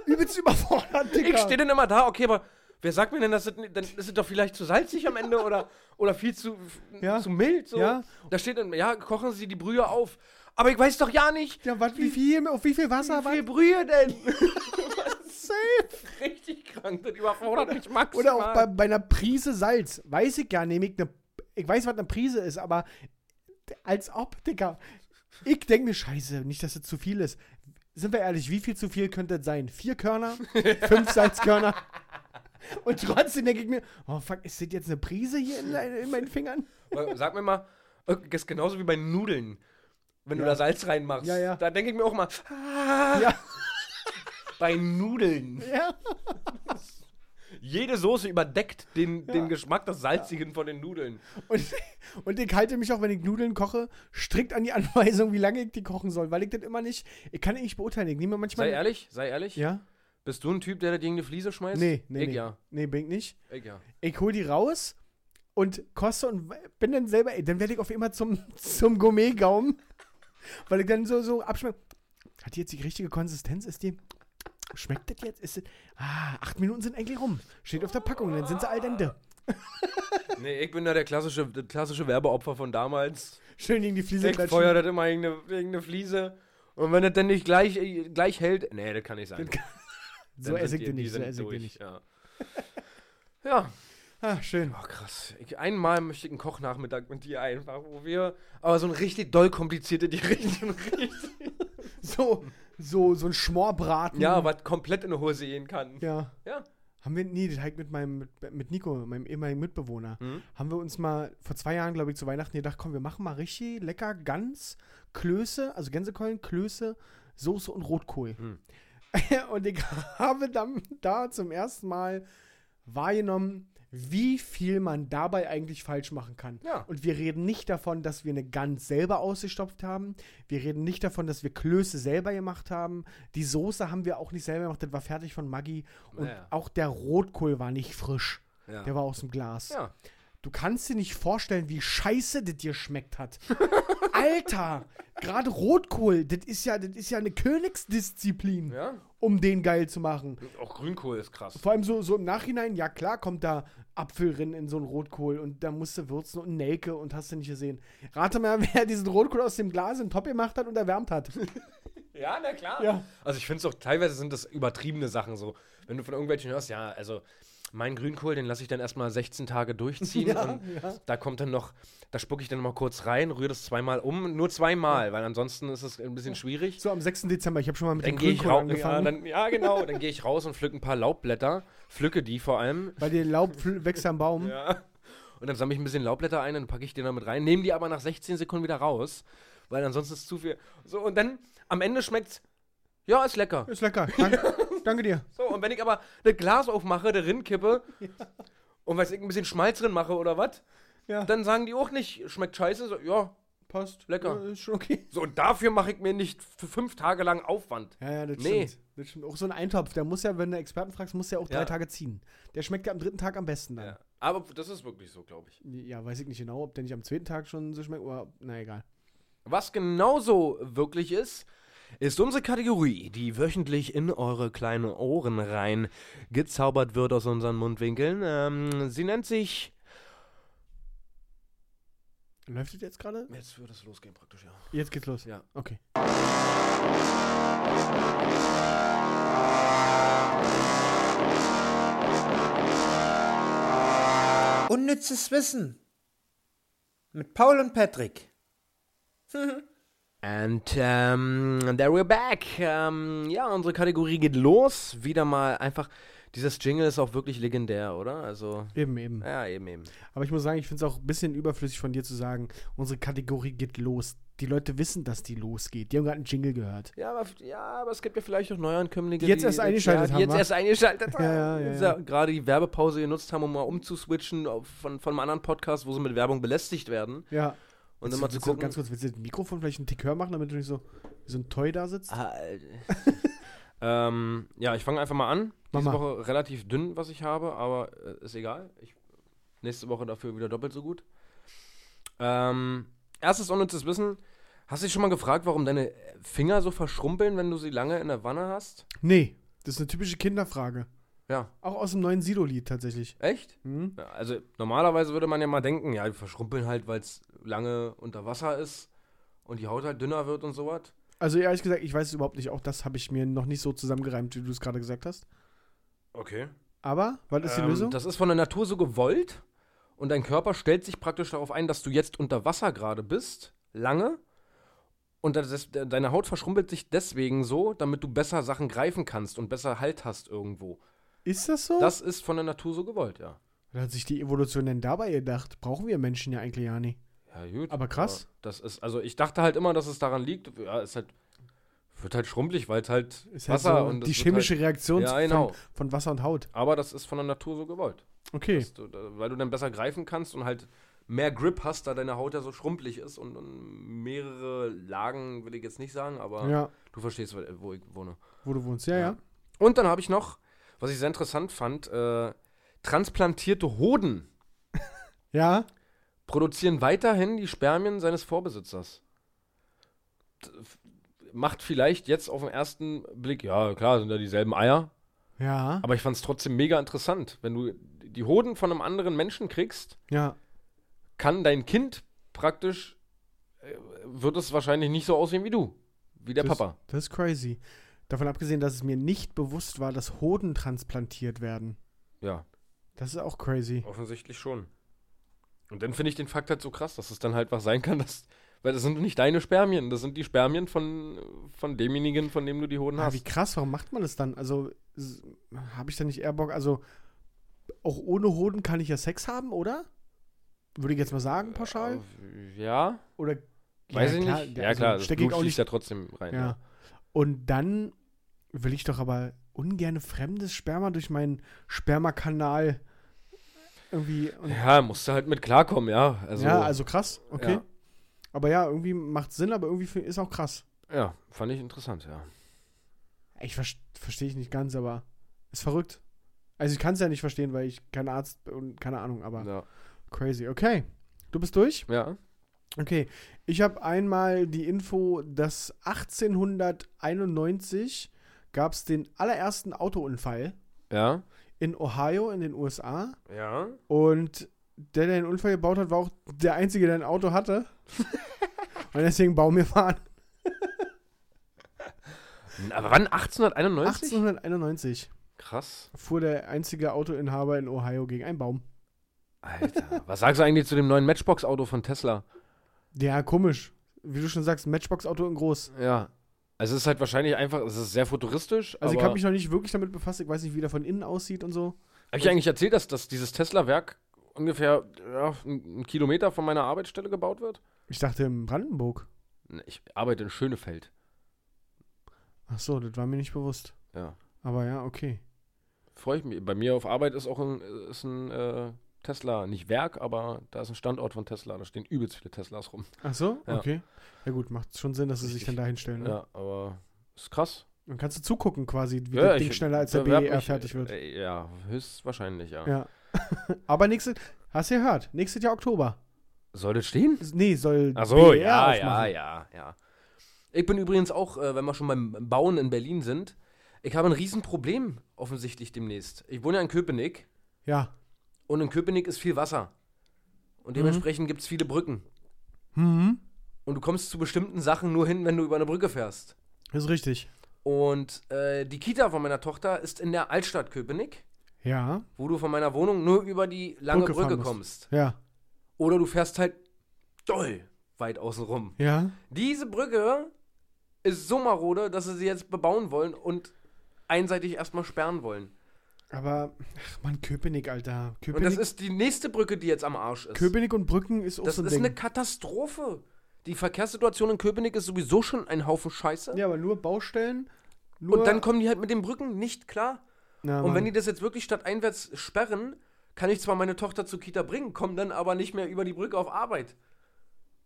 [SPEAKER 3] Übelst überfordert, Digga.
[SPEAKER 4] Ich stehe dann immer da, okay, aber wer sagt mir denn, dass das, ni- dann ist es doch vielleicht zu salzig am Ende oder, oder viel zu,
[SPEAKER 3] Ja.
[SPEAKER 4] zu mild? So.
[SPEAKER 3] Ja.
[SPEAKER 4] Da steht dann, ja, kochen Sie die Brühe auf. Aber ich weiß doch ja nicht,
[SPEAKER 3] ja, wat, wie viel, auf wie viel Wasser?
[SPEAKER 4] wie viel
[SPEAKER 3] Wie
[SPEAKER 4] Brühe denn?
[SPEAKER 3] safe.
[SPEAKER 4] (laughs) Richtig krank, das überfordert mich maximal.
[SPEAKER 3] Oder auch bei, bei einer Prise Salz. Weiß ich ja, nehme ich eine. Ich weiß, was eine Prise ist, aber als ob, Digga. Ich denke mir, Scheiße, nicht, dass es zu viel ist. Sind wir ehrlich, wie viel zu viel könnte das sein? Vier Körner? Fünf Salzkörner? Und trotzdem denke ich mir, oh fuck, ist das jetzt eine Prise hier in, dein- in
[SPEAKER 4] (laughs)
[SPEAKER 3] meinen Fingern?
[SPEAKER 4] Weil, Äh, Sag mir mal, das ist genauso wie bei Nudeln, wenn du da Salz reinmachst.
[SPEAKER 3] Ja, ja.
[SPEAKER 4] Da denke ich mir auch mal, ah,
[SPEAKER 3] Ja.
[SPEAKER 4] bei Nudeln.
[SPEAKER 3] Ja.
[SPEAKER 4] Jede Soße überdeckt den,
[SPEAKER 3] Ja.
[SPEAKER 4] den Geschmack des Salzigen von den Nudeln.
[SPEAKER 3] Und, (laughs) und ich halte mich auch, wenn ich Nudeln koche, strikt an die Anweisung, wie lange ich die kochen soll, weil ich das immer nicht, ich kann nicht beurteilen. Ich nehme manchmal.
[SPEAKER 4] Sei ehrlich, sei ehrlich.
[SPEAKER 3] Ja?
[SPEAKER 4] Bist du ein Typ, der da gegen eine Fliese schmeißt?
[SPEAKER 3] Nee, nee,
[SPEAKER 4] Ich
[SPEAKER 3] nee.
[SPEAKER 4] ja.
[SPEAKER 3] Nee, bin ich nicht.
[SPEAKER 4] Ich ja.
[SPEAKER 3] Ich hole die raus und koste und bin dann selber, ey, dann werde ich auf immer zum, (laughs) zum Gourmet-Gaumen, weil ich dann so, so abschmecke. Hat die jetzt die richtige Konsistenz? Ist die. Schmeckt das jetzt? Ist das, ah, acht Minuten sind eigentlich rum. Steht auf der Packung, dann sind sie all Ende.
[SPEAKER 4] Nee, ich bin da der klassische, der klassische Werbeopfer von damals.
[SPEAKER 3] Schön gegen die Fliese
[SPEAKER 4] Ich feuer das immer gegen eine, gegen eine Fliese. Und wenn das dann nicht gleich, äh, gleich hält, nee, das kann nicht sein.
[SPEAKER 3] Das kann- So
[SPEAKER 4] Dann
[SPEAKER 3] esse
[SPEAKER 4] sind
[SPEAKER 3] ich
[SPEAKER 4] die-
[SPEAKER 3] den
[SPEAKER 4] die
[SPEAKER 3] nicht, so
[SPEAKER 4] sind
[SPEAKER 3] esse ich den
[SPEAKER 4] durch,
[SPEAKER 3] nicht.
[SPEAKER 4] Ja. (laughs) ja.
[SPEAKER 3] Ah, schön.
[SPEAKER 4] Oh, krass. Ich, einmal möchte ich einen Kochnachmittag mit dir einfach, wo wir aber so ein richtig doll komplizierte (laughs) Gericht und richtig,
[SPEAKER 3] So, so, so ein Schmorbraten.
[SPEAKER 4] ja, was komplett in die Hose gehen kann.
[SPEAKER 3] Ja.
[SPEAKER 4] Ja.
[SPEAKER 3] Haben wir, nee, das hab ich mit meinem, mit, mit Nico, meinem ehemaligen Mitbewohner,
[SPEAKER 4] Hm?
[SPEAKER 3] haben wir uns mal vor zwei Jahren, glaube ich, zu Weihnachten gedacht, komm, wir machen mal richtig lecker Gans, Klöße, also Gänsekeulen, Klöße, Soße und Rotkohl.
[SPEAKER 4] Hm.
[SPEAKER 3] (laughs) und ich habe dann da zum ersten Mal wahrgenommen, wie viel man dabei eigentlich falsch machen kann.
[SPEAKER 4] Ja.
[SPEAKER 3] Und wir reden nicht davon, dass wir eine Gans selber ausgestopft haben. Wir reden nicht davon, dass wir Klöße selber gemacht haben. Die Soße haben wir auch nicht selber gemacht. Das war fertig von Maggi. Und
[SPEAKER 4] Naja.
[SPEAKER 3] auch der Rotkohl war nicht frisch.
[SPEAKER 4] Ja.
[SPEAKER 3] Der war aus dem Glas.
[SPEAKER 4] ja.
[SPEAKER 3] Du kannst dir nicht vorstellen, wie scheiße das dir schmeckt hat. (laughs) Alter, gerade Rotkohl, das ist ja, das ist ja eine Königsdisziplin,
[SPEAKER 4] Ja.
[SPEAKER 3] um den geil zu machen.
[SPEAKER 4] Auch Grünkohl ist krass.
[SPEAKER 3] Vor allem so, so im Nachhinein, ja klar, kommt da Apfel rin in so einen Rotkohl und da musst du würzen und Nelke und hast du nicht gesehen. Rate mal, (laughs) wer diesen Rotkohl aus dem Glas in den Topf gemacht hat und erwärmt hat.
[SPEAKER 4] Ja, na klar.
[SPEAKER 3] Ja.
[SPEAKER 4] Also ich finde es auch, teilweise sind das übertriebene Sachen so. Wenn du von irgendwelchen hörst, ja, also mein Grünkohl, den lasse ich dann erstmal 16 Tage durchziehen und da kommt dann noch, da spucke ich dann mal kurz rein, rühre das zweimal um, nur zweimal, weil ansonsten ist es ein bisschen schwierig.
[SPEAKER 3] So am 6. Dezember, ich habe schon mal mit
[SPEAKER 4] Dann
[SPEAKER 3] dem
[SPEAKER 4] gehe ich
[SPEAKER 3] Grünkohl
[SPEAKER 4] raus. Ja,
[SPEAKER 3] angefangen.
[SPEAKER 4] dann, ja,
[SPEAKER 3] (laughs)
[SPEAKER 4] genau. Dann gehe ich raus und pflück ein paar Laubblätter. Pflücke die vor allem.
[SPEAKER 3] weil dir Laub fl- wächst am Baum.
[SPEAKER 4] Ja. Und dann sammle ich ein bisschen Laubblätter ein, dann packe ich den damit rein, nehme die aber nach 16 Sekunden wieder raus, weil ansonsten ist zu viel. So, und dann am Ende schmeckt's, ja, ist lecker.
[SPEAKER 3] Ist lecker.
[SPEAKER 4] (laughs)
[SPEAKER 3] Danke, danke dir.
[SPEAKER 4] So, und wenn ich aber das Glas aufmache, da drin
[SPEAKER 3] (laughs)
[SPEAKER 4] kippe und weiß ich ein bisschen Schmalz drin mache oder was,
[SPEAKER 3] Ja,
[SPEAKER 4] dann sagen die auch nicht, schmeckt scheiße, so, ja.
[SPEAKER 3] passt.
[SPEAKER 4] lecker.
[SPEAKER 3] Ja, Ist schon okay.
[SPEAKER 4] So, und dafür mache ich mir nicht für fünf Tage lang Aufwand.
[SPEAKER 3] Ja, ja, das
[SPEAKER 4] Nee.
[SPEAKER 3] stimmt. Das stimmt. Auch so ein Eintopf, der muss ja, wenn du Experten fragst, muss ja auch drei
[SPEAKER 4] Ja.
[SPEAKER 3] Tage ziehen. Der schmeckt ja am dritten Tag am besten dann.
[SPEAKER 4] Ja. Aber das ist wirklich so, glaube ich.
[SPEAKER 3] Ja, weiß ich nicht genau, ob der nicht am zweiten Tag schon so schmeckt oder, na egal.
[SPEAKER 4] Was genauso wirklich ist, ist unsere Kategorie, die wöchentlich in eure kleinen Ohren rein gezaubert wird aus unseren Mundwinkeln. Ähm, sie nennt sich.
[SPEAKER 3] Läuft das jetzt gerade?
[SPEAKER 4] Jetzt wird es losgehen praktisch, ja.
[SPEAKER 3] Jetzt geht's los.
[SPEAKER 4] Ja.
[SPEAKER 3] Okay.
[SPEAKER 5] Unnützes Wissen. Mit Paul und Patrick.
[SPEAKER 4] And Ähm, um, there we're back. Ähm, ja, unsere Kategorie geht los. Wieder mal einfach Dieses Jingle ist auch wirklich legendär, oder? Also,
[SPEAKER 3] Eben, eben.
[SPEAKER 4] ja, eben, eben.
[SPEAKER 3] Aber ich muss sagen, ich finde es auch ein bisschen überflüssig von dir zu sagen, unsere Kategorie geht los. Die Leute wissen, dass die losgeht. Die haben gerade einen Jingle gehört.
[SPEAKER 4] Ja aber, ja, aber es gibt ja vielleicht auch Neuankömmlinge,
[SPEAKER 3] Die jetzt erst eingeschaltet
[SPEAKER 4] ja,
[SPEAKER 3] haben,
[SPEAKER 4] die jetzt
[SPEAKER 3] wa?
[SPEAKER 4] erst eingeschaltet haben.
[SPEAKER 3] (laughs) ja, ja,
[SPEAKER 4] Die
[SPEAKER 3] ja.
[SPEAKER 4] Gerade die Werbepause genutzt haben, um mal umzuswitchen auf- von, von einem anderen Podcast, wo sie mit Werbung belästigt werden.
[SPEAKER 3] Ja.
[SPEAKER 4] Und
[SPEAKER 3] Willst du-
[SPEAKER 4] immer zu
[SPEAKER 3] willst du
[SPEAKER 4] gucken.
[SPEAKER 3] Ganz kurz, willst du das Mikrofon vielleicht einen Tick höher machen, damit du nicht so wie so ein Toy da sitzt?
[SPEAKER 4] Ah, äh, ähm, ja, ich fange einfach mal an.
[SPEAKER 3] Mach
[SPEAKER 4] Diese
[SPEAKER 3] mal.
[SPEAKER 4] Woche relativ dünn, was ich habe, aber äh, ist egal. Ich, nächste Woche dafür wieder doppelt so gut. Ähm, erstes unnützes Wissen. Hast du dich schon mal gefragt, warum deine Finger so verschrumpeln, wenn du sie lange in der Wanne hast?
[SPEAKER 3] Nee, das ist eine typische Kinderfrage.
[SPEAKER 4] Ja.
[SPEAKER 3] Auch aus dem neuen Sido-Lied tatsächlich.
[SPEAKER 4] Echt?
[SPEAKER 3] Hm?
[SPEAKER 4] Ja, Also normalerweise würde man ja mal denken, ja, die verschrumpeln halt, weil es lange unter Wasser ist und die Haut halt dünner wird und sowas.
[SPEAKER 3] Also ehrlich gesagt, ich weiß es überhaupt nicht. Auch das habe ich mir noch nicht so zusammengereimt, wie du es gerade gesagt hast.
[SPEAKER 4] Okay.
[SPEAKER 3] Aber, was ist die
[SPEAKER 4] ähm,
[SPEAKER 3] Lösung?
[SPEAKER 4] Das ist von der Natur so gewollt und dein Körper stellt sich praktisch darauf ein, dass du jetzt unter Wasser gerade bist, lange. Und das ist, de- deine Haut verschrumpelt sich deswegen so, damit du besser Sachen greifen kannst und besser Halt hast irgendwo.
[SPEAKER 3] Ist das so?
[SPEAKER 4] Das ist von der Natur so gewollt, ja.
[SPEAKER 3] Oder hat sich die Evolution denn dabei gedacht? Brauchen wir Menschen ja eigentlich ja nicht.
[SPEAKER 4] Ja, gut.
[SPEAKER 3] Aber krass.
[SPEAKER 4] das ist, also ich dachte halt immer, dass es daran liegt. Ja, es halt, wird halt schrumpelig, weil es halt
[SPEAKER 3] Ist halt
[SPEAKER 4] Wasser
[SPEAKER 3] so
[SPEAKER 4] und es
[SPEAKER 3] die
[SPEAKER 4] wird
[SPEAKER 3] chemische
[SPEAKER 4] Halt,
[SPEAKER 3] Reaktion
[SPEAKER 4] Ja, genau.
[SPEAKER 3] von, von Wasser und Haut.
[SPEAKER 4] aber das ist von der Natur so gewollt.
[SPEAKER 3] Okay.
[SPEAKER 4] Dass du, da- weil du dann besser greifen kannst und halt mehr Grip hast, da deine Haut ja so schrumpelig ist und, und mehrere Lagen, will ich jetzt nicht sagen, aber
[SPEAKER 3] Ja,
[SPEAKER 4] du verstehst, wo wo ich wohne.
[SPEAKER 3] wo du wohnst. Ja, ja.
[SPEAKER 4] Ja. Und dann habe ich noch, was ich sehr interessant fand, äh, transplantierte Hoden
[SPEAKER 3] Ja,
[SPEAKER 4] produzieren weiterhin die Spermien seines Vorbesitzers. D- f- Macht vielleicht jetzt auf den ersten Blick, ja klar, sind ja dieselben Eier,
[SPEAKER 3] ja,
[SPEAKER 4] aber ich fand es trotzdem mega interessant. Wenn du die Hoden von einem anderen Menschen kriegst,
[SPEAKER 3] ja.
[SPEAKER 4] kann dein Kind praktisch, äh, wird es wahrscheinlich nicht so aussehen wie du, wie der
[SPEAKER 3] das,
[SPEAKER 4] Papa.
[SPEAKER 3] Das ist crazy. Davon abgesehen, dass es mir nicht bewusst war, dass Hoden transplantiert werden.
[SPEAKER 4] Ja,
[SPEAKER 3] Das ist auch crazy.
[SPEAKER 4] offensichtlich schon. Und dann finde ich den Fakt halt so krass, dass es dann halt was sein kann, dass, weil das sind nicht deine Spermien, das sind die Spermien von, von demjenigen, von dem du die Hoden
[SPEAKER 3] Ah,
[SPEAKER 4] hast.
[SPEAKER 3] wie krass, warum macht man das dann? Also, habe ich da nicht eher Bock? Also, auch ohne Hoden kann ich ja Sex haben, oder? Würde ich jetzt mal sagen, pauschal?
[SPEAKER 4] Ja,
[SPEAKER 3] Oder.
[SPEAKER 4] weiß ich nicht.
[SPEAKER 3] Ja,
[SPEAKER 4] ja,
[SPEAKER 3] also
[SPEAKER 4] klar, das
[SPEAKER 3] Stecke ich
[SPEAKER 4] Blut
[SPEAKER 3] auch
[SPEAKER 4] fließt
[SPEAKER 3] nicht.
[SPEAKER 4] ja trotzdem rein.
[SPEAKER 3] Ja. Und dann will ich doch aber ungerne fremdes Sperma durch meinen Spermakanal irgendwie. Und,
[SPEAKER 4] ja. ja, musst du halt mit klarkommen, ja. Also,
[SPEAKER 3] ja, also krass, okay.
[SPEAKER 4] Ja.
[SPEAKER 3] Aber ja, irgendwie macht Sinn, aber irgendwie find- ist auch krass.
[SPEAKER 4] ja, fand ich interessant, ja.
[SPEAKER 3] Ich verstehe ich nicht ganz, aber ist verrückt. Also ich kann es ja nicht verstehen, weil ich kein Arzt bin und keine Ahnung, aber
[SPEAKER 4] Ja.
[SPEAKER 3] crazy. Okay, du bist durch?
[SPEAKER 4] ja.
[SPEAKER 3] Okay, ich habe einmal die Info, dass 1891 gab es den allerersten Autounfall
[SPEAKER 4] Ja.
[SPEAKER 3] in Ohio in den USA
[SPEAKER 4] Ja.
[SPEAKER 3] und der, der den Unfall gebaut hat, war auch der Einzige, der ein Auto hatte. und deswegen Baum gefahren.
[SPEAKER 4] Aber wann? 1891?
[SPEAKER 3] 1891
[SPEAKER 4] Krass.
[SPEAKER 3] fuhr der einzige Autoinhaber in Ohio gegen einen Baum.
[SPEAKER 4] Alter, (laughs) was sagst du eigentlich zu dem neuen Matchbox-Auto von Tesla?
[SPEAKER 3] Ja, komisch. Wie du schon sagst, Matchbox-Auto in groß.
[SPEAKER 4] Ja. Also es ist halt wahrscheinlich einfach, es ist sehr futuristisch.
[SPEAKER 3] Also ich
[SPEAKER 4] aber
[SPEAKER 3] habe mich noch nicht wirklich damit befasst. Ich weiß nicht, wie der von innen aussieht und so.
[SPEAKER 4] hab ich eigentlich erzählt, dass, dass dieses Tesla-Werk ungefähr ja, einen Kilometer von meiner Arbeitsstelle gebaut wird?
[SPEAKER 3] Ich dachte in Brandenburg.
[SPEAKER 4] Ne, Ich arbeite in Schönefeld.
[SPEAKER 3] Ach so, das war mir nicht bewusst.
[SPEAKER 4] Ja.
[SPEAKER 3] Aber ja, okay.
[SPEAKER 4] Freue ich mich. Bei mir auf Arbeit ist auch ein, ist ein äh, Tesla, nicht Werk, aber da ist ein Standort von Tesla. Da stehen übelst viele Teslas rum.
[SPEAKER 3] Ach so,
[SPEAKER 4] Ja.
[SPEAKER 3] okay. Ja gut, macht schon Sinn, dass sie sich
[SPEAKER 4] Richtig.
[SPEAKER 3] dann da hinstellen. Ne?
[SPEAKER 4] Ja, aber ist krass.
[SPEAKER 3] Dann kannst du zugucken quasi, wie
[SPEAKER 4] ja,
[SPEAKER 3] das
[SPEAKER 4] ich
[SPEAKER 3] Ding schneller als der
[SPEAKER 4] bewerb
[SPEAKER 3] BER
[SPEAKER 4] mich,
[SPEAKER 3] fertig wird.
[SPEAKER 4] Äh, ja, höchstwahrscheinlich, ja.
[SPEAKER 3] Ja. Aber nächstes, hast du gehört, nächstes Jahr Oktober.
[SPEAKER 4] Soll das stehen?
[SPEAKER 3] S- Nee, soll
[SPEAKER 4] Ach so,
[SPEAKER 3] BER
[SPEAKER 4] ja, ja,
[SPEAKER 3] E aufmachen.
[SPEAKER 4] ja, ja. Ich bin übrigens auch, äh, wenn wir schon beim Bauen in Berlin sind, ich habe ein Riesenproblem offensichtlich demnächst. Ich wohne ja in Köpenick
[SPEAKER 3] Ja.
[SPEAKER 4] und in Köpenick ist viel Wasser. Und dementsprechend gibt es viele Brücken.
[SPEAKER 3] Mhm.
[SPEAKER 4] Und du kommst zu bestimmten Sachen nur hin, wenn du über eine Brücke fährst.
[SPEAKER 3] Ist richtig.
[SPEAKER 4] Und äh, die Kita von meiner Tochter ist in der Altstadt Köpenick,
[SPEAKER 3] Ja,
[SPEAKER 4] wo du von meiner Wohnung nur über die lange
[SPEAKER 3] Brücke fahren
[SPEAKER 4] Brücke
[SPEAKER 3] musst.
[SPEAKER 4] kommst.
[SPEAKER 3] ja,
[SPEAKER 4] Oder du fährst halt doll weit außen rum.
[SPEAKER 3] ja.
[SPEAKER 4] Diese Brücke ist so marode, dass sie sie jetzt bebauen wollen und einseitig erstmal sperren wollen.
[SPEAKER 3] Aber, ach man, Köpenick, Alter.
[SPEAKER 4] Und das
[SPEAKER 3] Köpenick,
[SPEAKER 4] ist die nächste Brücke, die jetzt am Arsch ist.
[SPEAKER 3] Köpenick und Brücken ist auch
[SPEAKER 4] das
[SPEAKER 3] so ein
[SPEAKER 4] ist
[SPEAKER 3] Ding.
[SPEAKER 4] eine Katastrophe. Die Verkehrssituation in Köpenick ist sowieso schon ein Haufen Scheiße.
[SPEAKER 3] ja, aber nur Baustellen. Nur,
[SPEAKER 4] Und dann kommen die halt mit den Brücken nicht klar.
[SPEAKER 3] Na,
[SPEAKER 4] Und wenn
[SPEAKER 3] Mann.
[SPEAKER 4] die das jetzt wirklich stadteinwärts sperren, kann ich zwar meine Tochter zur Kita bringen, komme dann aber nicht mehr über die Brücke auf Arbeit.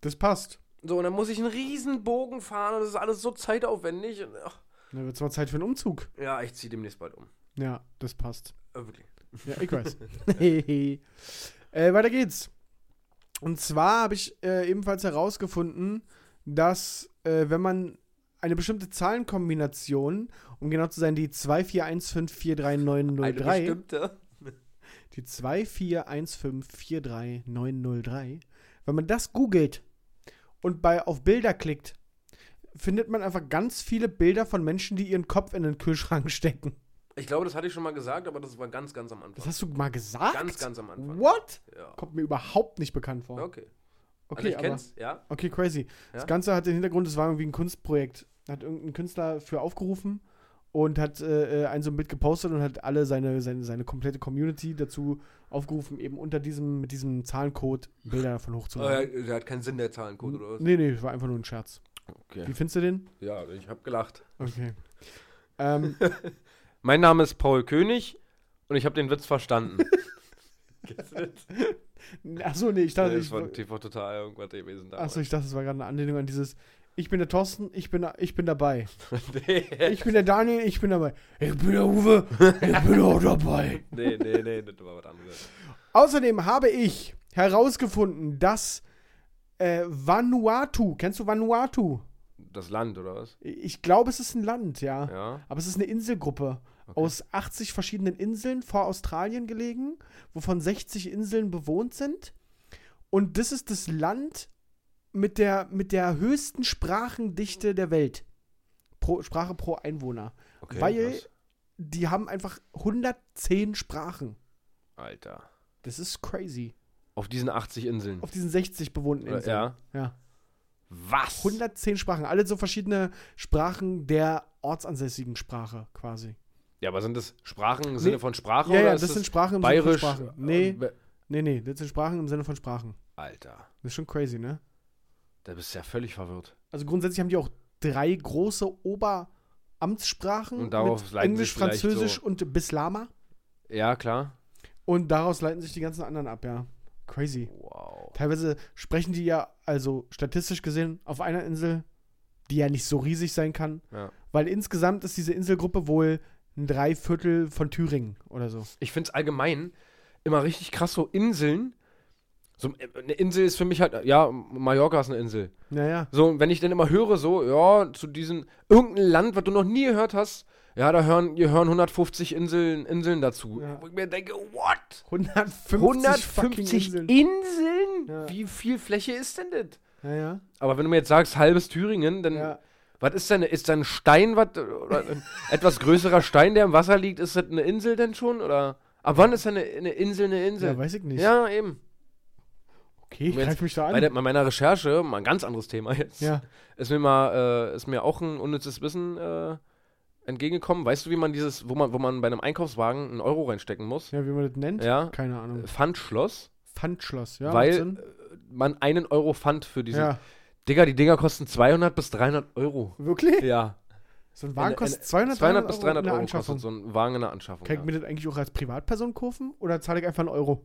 [SPEAKER 3] Das passt.
[SPEAKER 4] So, und dann muss ich einen riesen Bogen fahren und das ist alles so zeitaufwendig. Und, ach,
[SPEAKER 3] Dann wird es mal Zeit für einen Umzug.
[SPEAKER 4] ja, ich ziehe demnächst bald um.
[SPEAKER 3] Ja, das passt.
[SPEAKER 4] Äh, wirklich.
[SPEAKER 3] Ja, ich (laughs) weiß. äh, weiter geht's. Und zwar habe ich äh, ebenfalls herausgefunden, dass äh, wenn man eine bestimmte Zahlenkombination, um genau zu sein, die
[SPEAKER 4] Eine
[SPEAKER 3] 241543903,
[SPEAKER 4] bestimmte.
[SPEAKER 3] die 241543903, wenn man das googelt und bei auf Bilder klickt, findet man einfach ganz viele Bilder von Menschen, die ihren Kopf in den Kühlschrank (laughs) stecken.
[SPEAKER 4] Ich glaube, das hatte ich schon mal gesagt, aber das war ganz, ganz am
[SPEAKER 3] Das
[SPEAKER 4] Anfang.
[SPEAKER 3] hast du mal gesagt?
[SPEAKER 4] Ganz, ganz am Anfang.
[SPEAKER 3] What?
[SPEAKER 4] Ja.
[SPEAKER 3] Kommt mir überhaupt nicht bekannt vor.
[SPEAKER 4] Okay.
[SPEAKER 3] Okay,
[SPEAKER 4] also ich
[SPEAKER 3] aber-
[SPEAKER 4] kenn's, ja.
[SPEAKER 3] Okay, crazy. Das
[SPEAKER 4] Ja?
[SPEAKER 3] Ganze hat den Hintergrund, es war irgendwie ein Kunstprojekt. Hat irgendein Künstler für aufgerufen und hat äh, äh, ein so ein Bild gepostet und hat alle seine, seine, seine komplette Community dazu aufgerufen, eben unter diesem, mit
[SPEAKER 4] (laughs)
[SPEAKER 3] diesem Zahlencode Bilder davon hochzuladen.
[SPEAKER 4] Äh, der hat keinen Sinn, der Zahlencode oder was?
[SPEAKER 3] nee, nee, war einfach nur ein Scherz. Wie
[SPEAKER 4] Okay.
[SPEAKER 3] findest du den?
[SPEAKER 4] Ja, ich habe gelacht. (laughs)
[SPEAKER 3] Okay. ähm,
[SPEAKER 4] Mein Name ist Paul König und ich habe den Witz
[SPEAKER 3] (laughs)
[SPEAKER 4] verstanden. Kennst du das?
[SPEAKER 3] achso, nee, ich dachte,
[SPEAKER 4] das
[SPEAKER 3] ich,
[SPEAKER 4] war TV Total irgendwas gewesen damals.
[SPEAKER 3] achso, ich dachte, es war gerade eine Anlehnung an dieses Ich bin der Thorsten, ich bin, ich
[SPEAKER 4] (laughs)
[SPEAKER 3] bin dabei.
[SPEAKER 4] nee,
[SPEAKER 3] Ich bin der Daniel, ich bin dabei. Ich bin der Uwe, ich bin auch dabei.
[SPEAKER 4] nee, nee, nee, das war was anderes.
[SPEAKER 3] Außerdem habe ich herausgefunden, dass äh, Vanuatu, kennst du Vanuatu?
[SPEAKER 4] Das Land, oder was?
[SPEAKER 3] Ich glaube, es ist ein Land, ja.
[SPEAKER 4] Ja.
[SPEAKER 3] Aber es ist eine Inselgruppe aus 80 verschiedenen Inseln vor Australien gelegen, wovon 60 Inseln bewohnt sind. Und das ist das Land mit der, mit der höchsten Sprachendichte der Welt. Pro, Sprache pro Einwohner.
[SPEAKER 4] Okay,
[SPEAKER 3] Weil
[SPEAKER 4] krass.
[SPEAKER 3] die haben einfach 110 Sprachen.
[SPEAKER 4] Alter.
[SPEAKER 3] Das ist crazy.
[SPEAKER 4] Auf diesen 80 Inseln.
[SPEAKER 3] Auf diesen 60 bewohnten
[SPEAKER 4] Oder-
[SPEAKER 3] Inseln.
[SPEAKER 4] ja.
[SPEAKER 3] ja.
[SPEAKER 4] Was?
[SPEAKER 3] 110 Sprachen, alle so verschiedene Sprachen der ortsansässigen Sprache quasi.
[SPEAKER 4] Ja, aber sind das Sprachen im Sinne von Sprache
[SPEAKER 3] ja,
[SPEAKER 4] oder
[SPEAKER 3] ja,
[SPEAKER 4] ist
[SPEAKER 3] das sind Sprachen im
[SPEAKER 4] Bayerisch.
[SPEAKER 3] Sinne von Sprachen.
[SPEAKER 4] äh,
[SPEAKER 3] Nee,
[SPEAKER 4] be-
[SPEAKER 3] nee, nee, das sind Sprachen im Sinne von Sprachen.
[SPEAKER 4] Alter,
[SPEAKER 3] Das ist schon crazy, ne?
[SPEAKER 4] da bist du ja völlig verwirrt.
[SPEAKER 3] Also grundsätzlich haben die auch drei große Oberamtssprachen.
[SPEAKER 4] Und darauf leiten
[SPEAKER 3] Englisch,
[SPEAKER 4] sich vielleicht
[SPEAKER 3] Französisch
[SPEAKER 4] so-
[SPEAKER 3] und Bislama.
[SPEAKER 4] Ja, klar.
[SPEAKER 3] Und daraus leiten sich die ganzen anderen ab, ja. Crazy.
[SPEAKER 4] Wow.
[SPEAKER 3] Teilweise sprechen die ja, also statistisch gesehen, auf einer Insel, die ja nicht so riesig sein kann.
[SPEAKER 4] Ja.
[SPEAKER 3] Weil insgesamt ist diese Inselgruppe wohl ein Dreiviertel von Thüringen oder so.
[SPEAKER 4] Ich find's allgemein immer richtig krass, so Inseln. So, äh, eine Insel ist für mich halt, ja, Mallorca ist eine Insel.
[SPEAKER 3] Naja.
[SPEAKER 4] So, und wenn ich dann immer höre, so, ja, zu diesem, irgendein Land, was du noch nie gehört hast, ja, da hören, hier hören 150 Inseln, Inseln dazu.
[SPEAKER 3] Ja.
[SPEAKER 4] Wo ich mir denke, what?
[SPEAKER 3] 150,
[SPEAKER 4] 150 Inseln?
[SPEAKER 3] Ja.
[SPEAKER 4] Wie viel Fläche ist denn das?
[SPEAKER 3] Naja.
[SPEAKER 4] Aber wenn du mir jetzt sagst, halbes Thüringen, dann,
[SPEAKER 3] Ja.
[SPEAKER 4] was ist denn, ist da ein Stein, was, oder
[SPEAKER 3] (laughs)
[SPEAKER 4] ein etwas größerer Stein, der im Wasser liegt, ist das eine Insel denn schon, oder? Ab wann ist eine, eine Insel eine
[SPEAKER 3] ja,
[SPEAKER 4] Insel?
[SPEAKER 3] weiß ich nicht.
[SPEAKER 4] Ja, eben.
[SPEAKER 3] Okay, ich
[SPEAKER 4] Jetzt
[SPEAKER 3] greif mich da
[SPEAKER 4] Bei, der,
[SPEAKER 3] an.
[SPEAKER 4] bei meiner Recherche, mal ein ganz anderes Thema jetzt,
[SPEAKER 3] Ja.
[SPEAKER 4] ist mir mal, äh, ist mir auch ein unnützes Wissen äh, entgegengekommen. Weißt du, wie man dieses, wo man, wo man bei einem Einkaufswagen einen Euro reinstecken muss?
[SPEAKER 3] ja, wie man das nennt?
[SPEAKER 4] Ja.
[SPEAKER 3] Keine Ahnung.
[SPEAKER 4] Pfandschloss,
[SPEAKER 3] Pfandschloss, ja. macht
[SPEAKER 4] weil
[SPEAKER 3] Sinn.
[SPEAKER 4] äh, man einen Euro Pfand für diesen.
[SPEAKER 3] ja.
[SPEAKER 4] Digga, die Dinger kosten 200 bis 300 Euro.
[SPEAKER 3] Wirklich?
[SPEAKER 4] Ja.
[SPEAKER 3] So ein
[SPEAKER 4] In-
[SPEAKER 3] Wagen
[SPEAKER 4] in-
[SPEAKER 3] kostet 200,
[SPEAKER 4] 200 bis 300
[SPEAKER 3] in der
[SPEAKER 4] Euro
[SPEAKER 3] Anschaffung.
[SPEAKER 4] kostet so ein Wagen in der Anschaffung.
[SPEAKER 3] Kann ich
[SPEAKER 4] Ja.
[SPEAKER 3] mir das eigentlich auch als Privatperson kaufen oder zahle ich einfach einen Euro?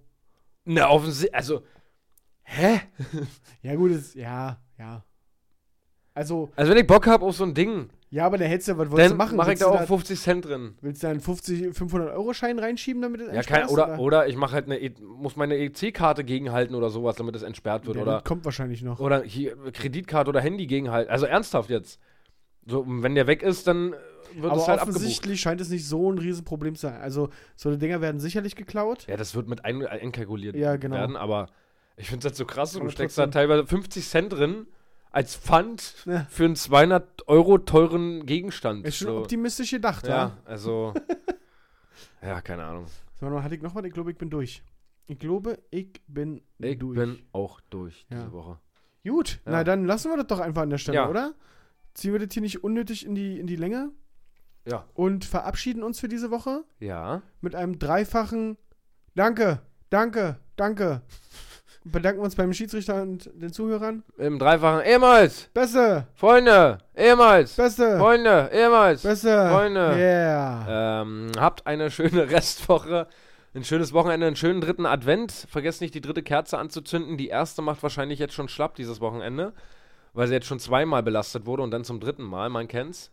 [SPEAKER 4] Na, offensichtlich, also, hä?
[SPEAKER 3] Ja, gut, ist, ja, ja. Also,
[SPEAKER 4] Also, wenn ich Bock habe auf so ein Ding,
[SPEAKER 3] ja, aber der hättest du, was wolltest
[SPEAKER 4] dann
[SPEAKER 3] du machen?
[SPEAKER 4] mache ich
[SPEAKER 3] Willst
[SPEAKER 4] da
[SPEAKER 3] du
[SPEAKER 4] auch 50 Cent drin.
[SPEAKER 3] Willst du da einen 50, 500-Euro-Schein reinschieben, damit das
[SPEAKER 4] Ja, kein,
[SPEAKER 3] einsparst,
[SPEAKER 4] oder, oder ich mache halt eine, E- muss meine EC-Karte gegenhalten oder sowas, damit das entsperrt wird.
[SPEAKER 3] Ja,
[SPEAKER 4] oder
[SPEAKER 3] das kommt wahrscheinlich noch.
[SPEAKER 4] Oder hier Kreditkarte oder Handy gegenhalten. Also ernsthaft jetzt. So, wenn der weg ist, dann äh, wird
[SPEAKER 3] Aber
[SPEAKER 4] es halt abgebucht.
[SPEAKER 3] offensichtlich scheint es nicht so ein Riesenproblem zu sein. Also, so eine Dinger werden sicherlich geklaut.
[SPEAKER 4] Ja, das wird mit ein, einkalkuliert
[SPEAKER 3] Ja, genau.
[SPEAKER 4] werden, aber ich finde es halt so krass, du
[SPEAKER 3] Aber
[SPEAKER 4] steckst
[SPEAKER 3] trotzdem.
[SPEAKER 4] da teilweise 50 Cent drin als Pfand
[SPEAKER 3] Ja.
[SPEAKER 4] für einen 200 Euro teuren Gegenstand.
[SPEAKER 3] Ne? Ist schon
[SPEAKER 4] so.
[SPEAKER 3] optimistisch gedacht, ja.
[SPEAKER 4] Ja, also. (laughs) ja, keine Ahnung.
[SPEAKER 3] So, noch hatte ich noch was? Ich glaube, ich bin durch. Ich glaube, ich bin
[SPEAKER 4] Ich
[SPEAKER 3] durch.
[SPEAKER 4] bin auch durch
[SPEAKER 3] Ja.
[SPEAKER 4] diese Woche.
[SPEAKER 3] Gut,
[SPEAKER 4] Ja.
[SPEAKER 3] na dann lassen wir das doch einfach an der Stelle,
[SPEAKER 4] Ja.
[SPEAKER 3] oder? Ziehen wir das hier nicht unnötig in die, in die Länge?
[SPEAKER 4] Ja.
[SPEAKER 3] und verabschieden uns für diese Woche
[SPEAKER 4] Ja.
[SPEAKER 3] mit einem dreifachen Danke, danke, danke. Und bedanken uns beim Schiedsrichter und den Zuhörern.
[SPEAKER 4] Im dreifachen ehemals.
[SPEAKER 3] Beste,
[SPEAKER 4] Freunde. Ehemals.
[SPEAKER 3] beste,
[SPEAKER 4] Freunde. Ehemals.
[SPEAKER 3] beste.
[SPEAKER 4] Freunde.
[SPEAKER 3] Yeah.
[SPEAKER 4] Ähm, habt eine schöne (laughs) Restwoche, ein schönes Wochenende, einen schönen dritten Advent. Vergesst nicht, die dritte Kerze anzuzünden. Die erste macht wahrscheinlich jetzt schon schlapp dieses Wochenende, weil sie jetzt schon zweimal belastet wurde und dann zum dritten Mal, man kennt's.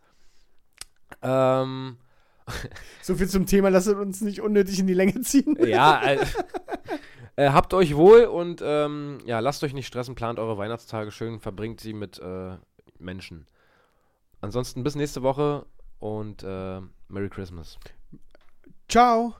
[SPEAKER 4] Ähm,
[SPEAKER 3] So viel zum Thema, lasst uns nicht unnötig in die Länge ziehen.
[SPEAKER 4] ja, äh, äh, habt euch wohl und ähm, ja, lasst euch nicht stressen, plant eure Weihnachtstage schön, verbringt sie mit äh, Menschen. Ansonsten bis nächste Woche und äh, Merry Christmas.
[SPEAKER 3] Ciao.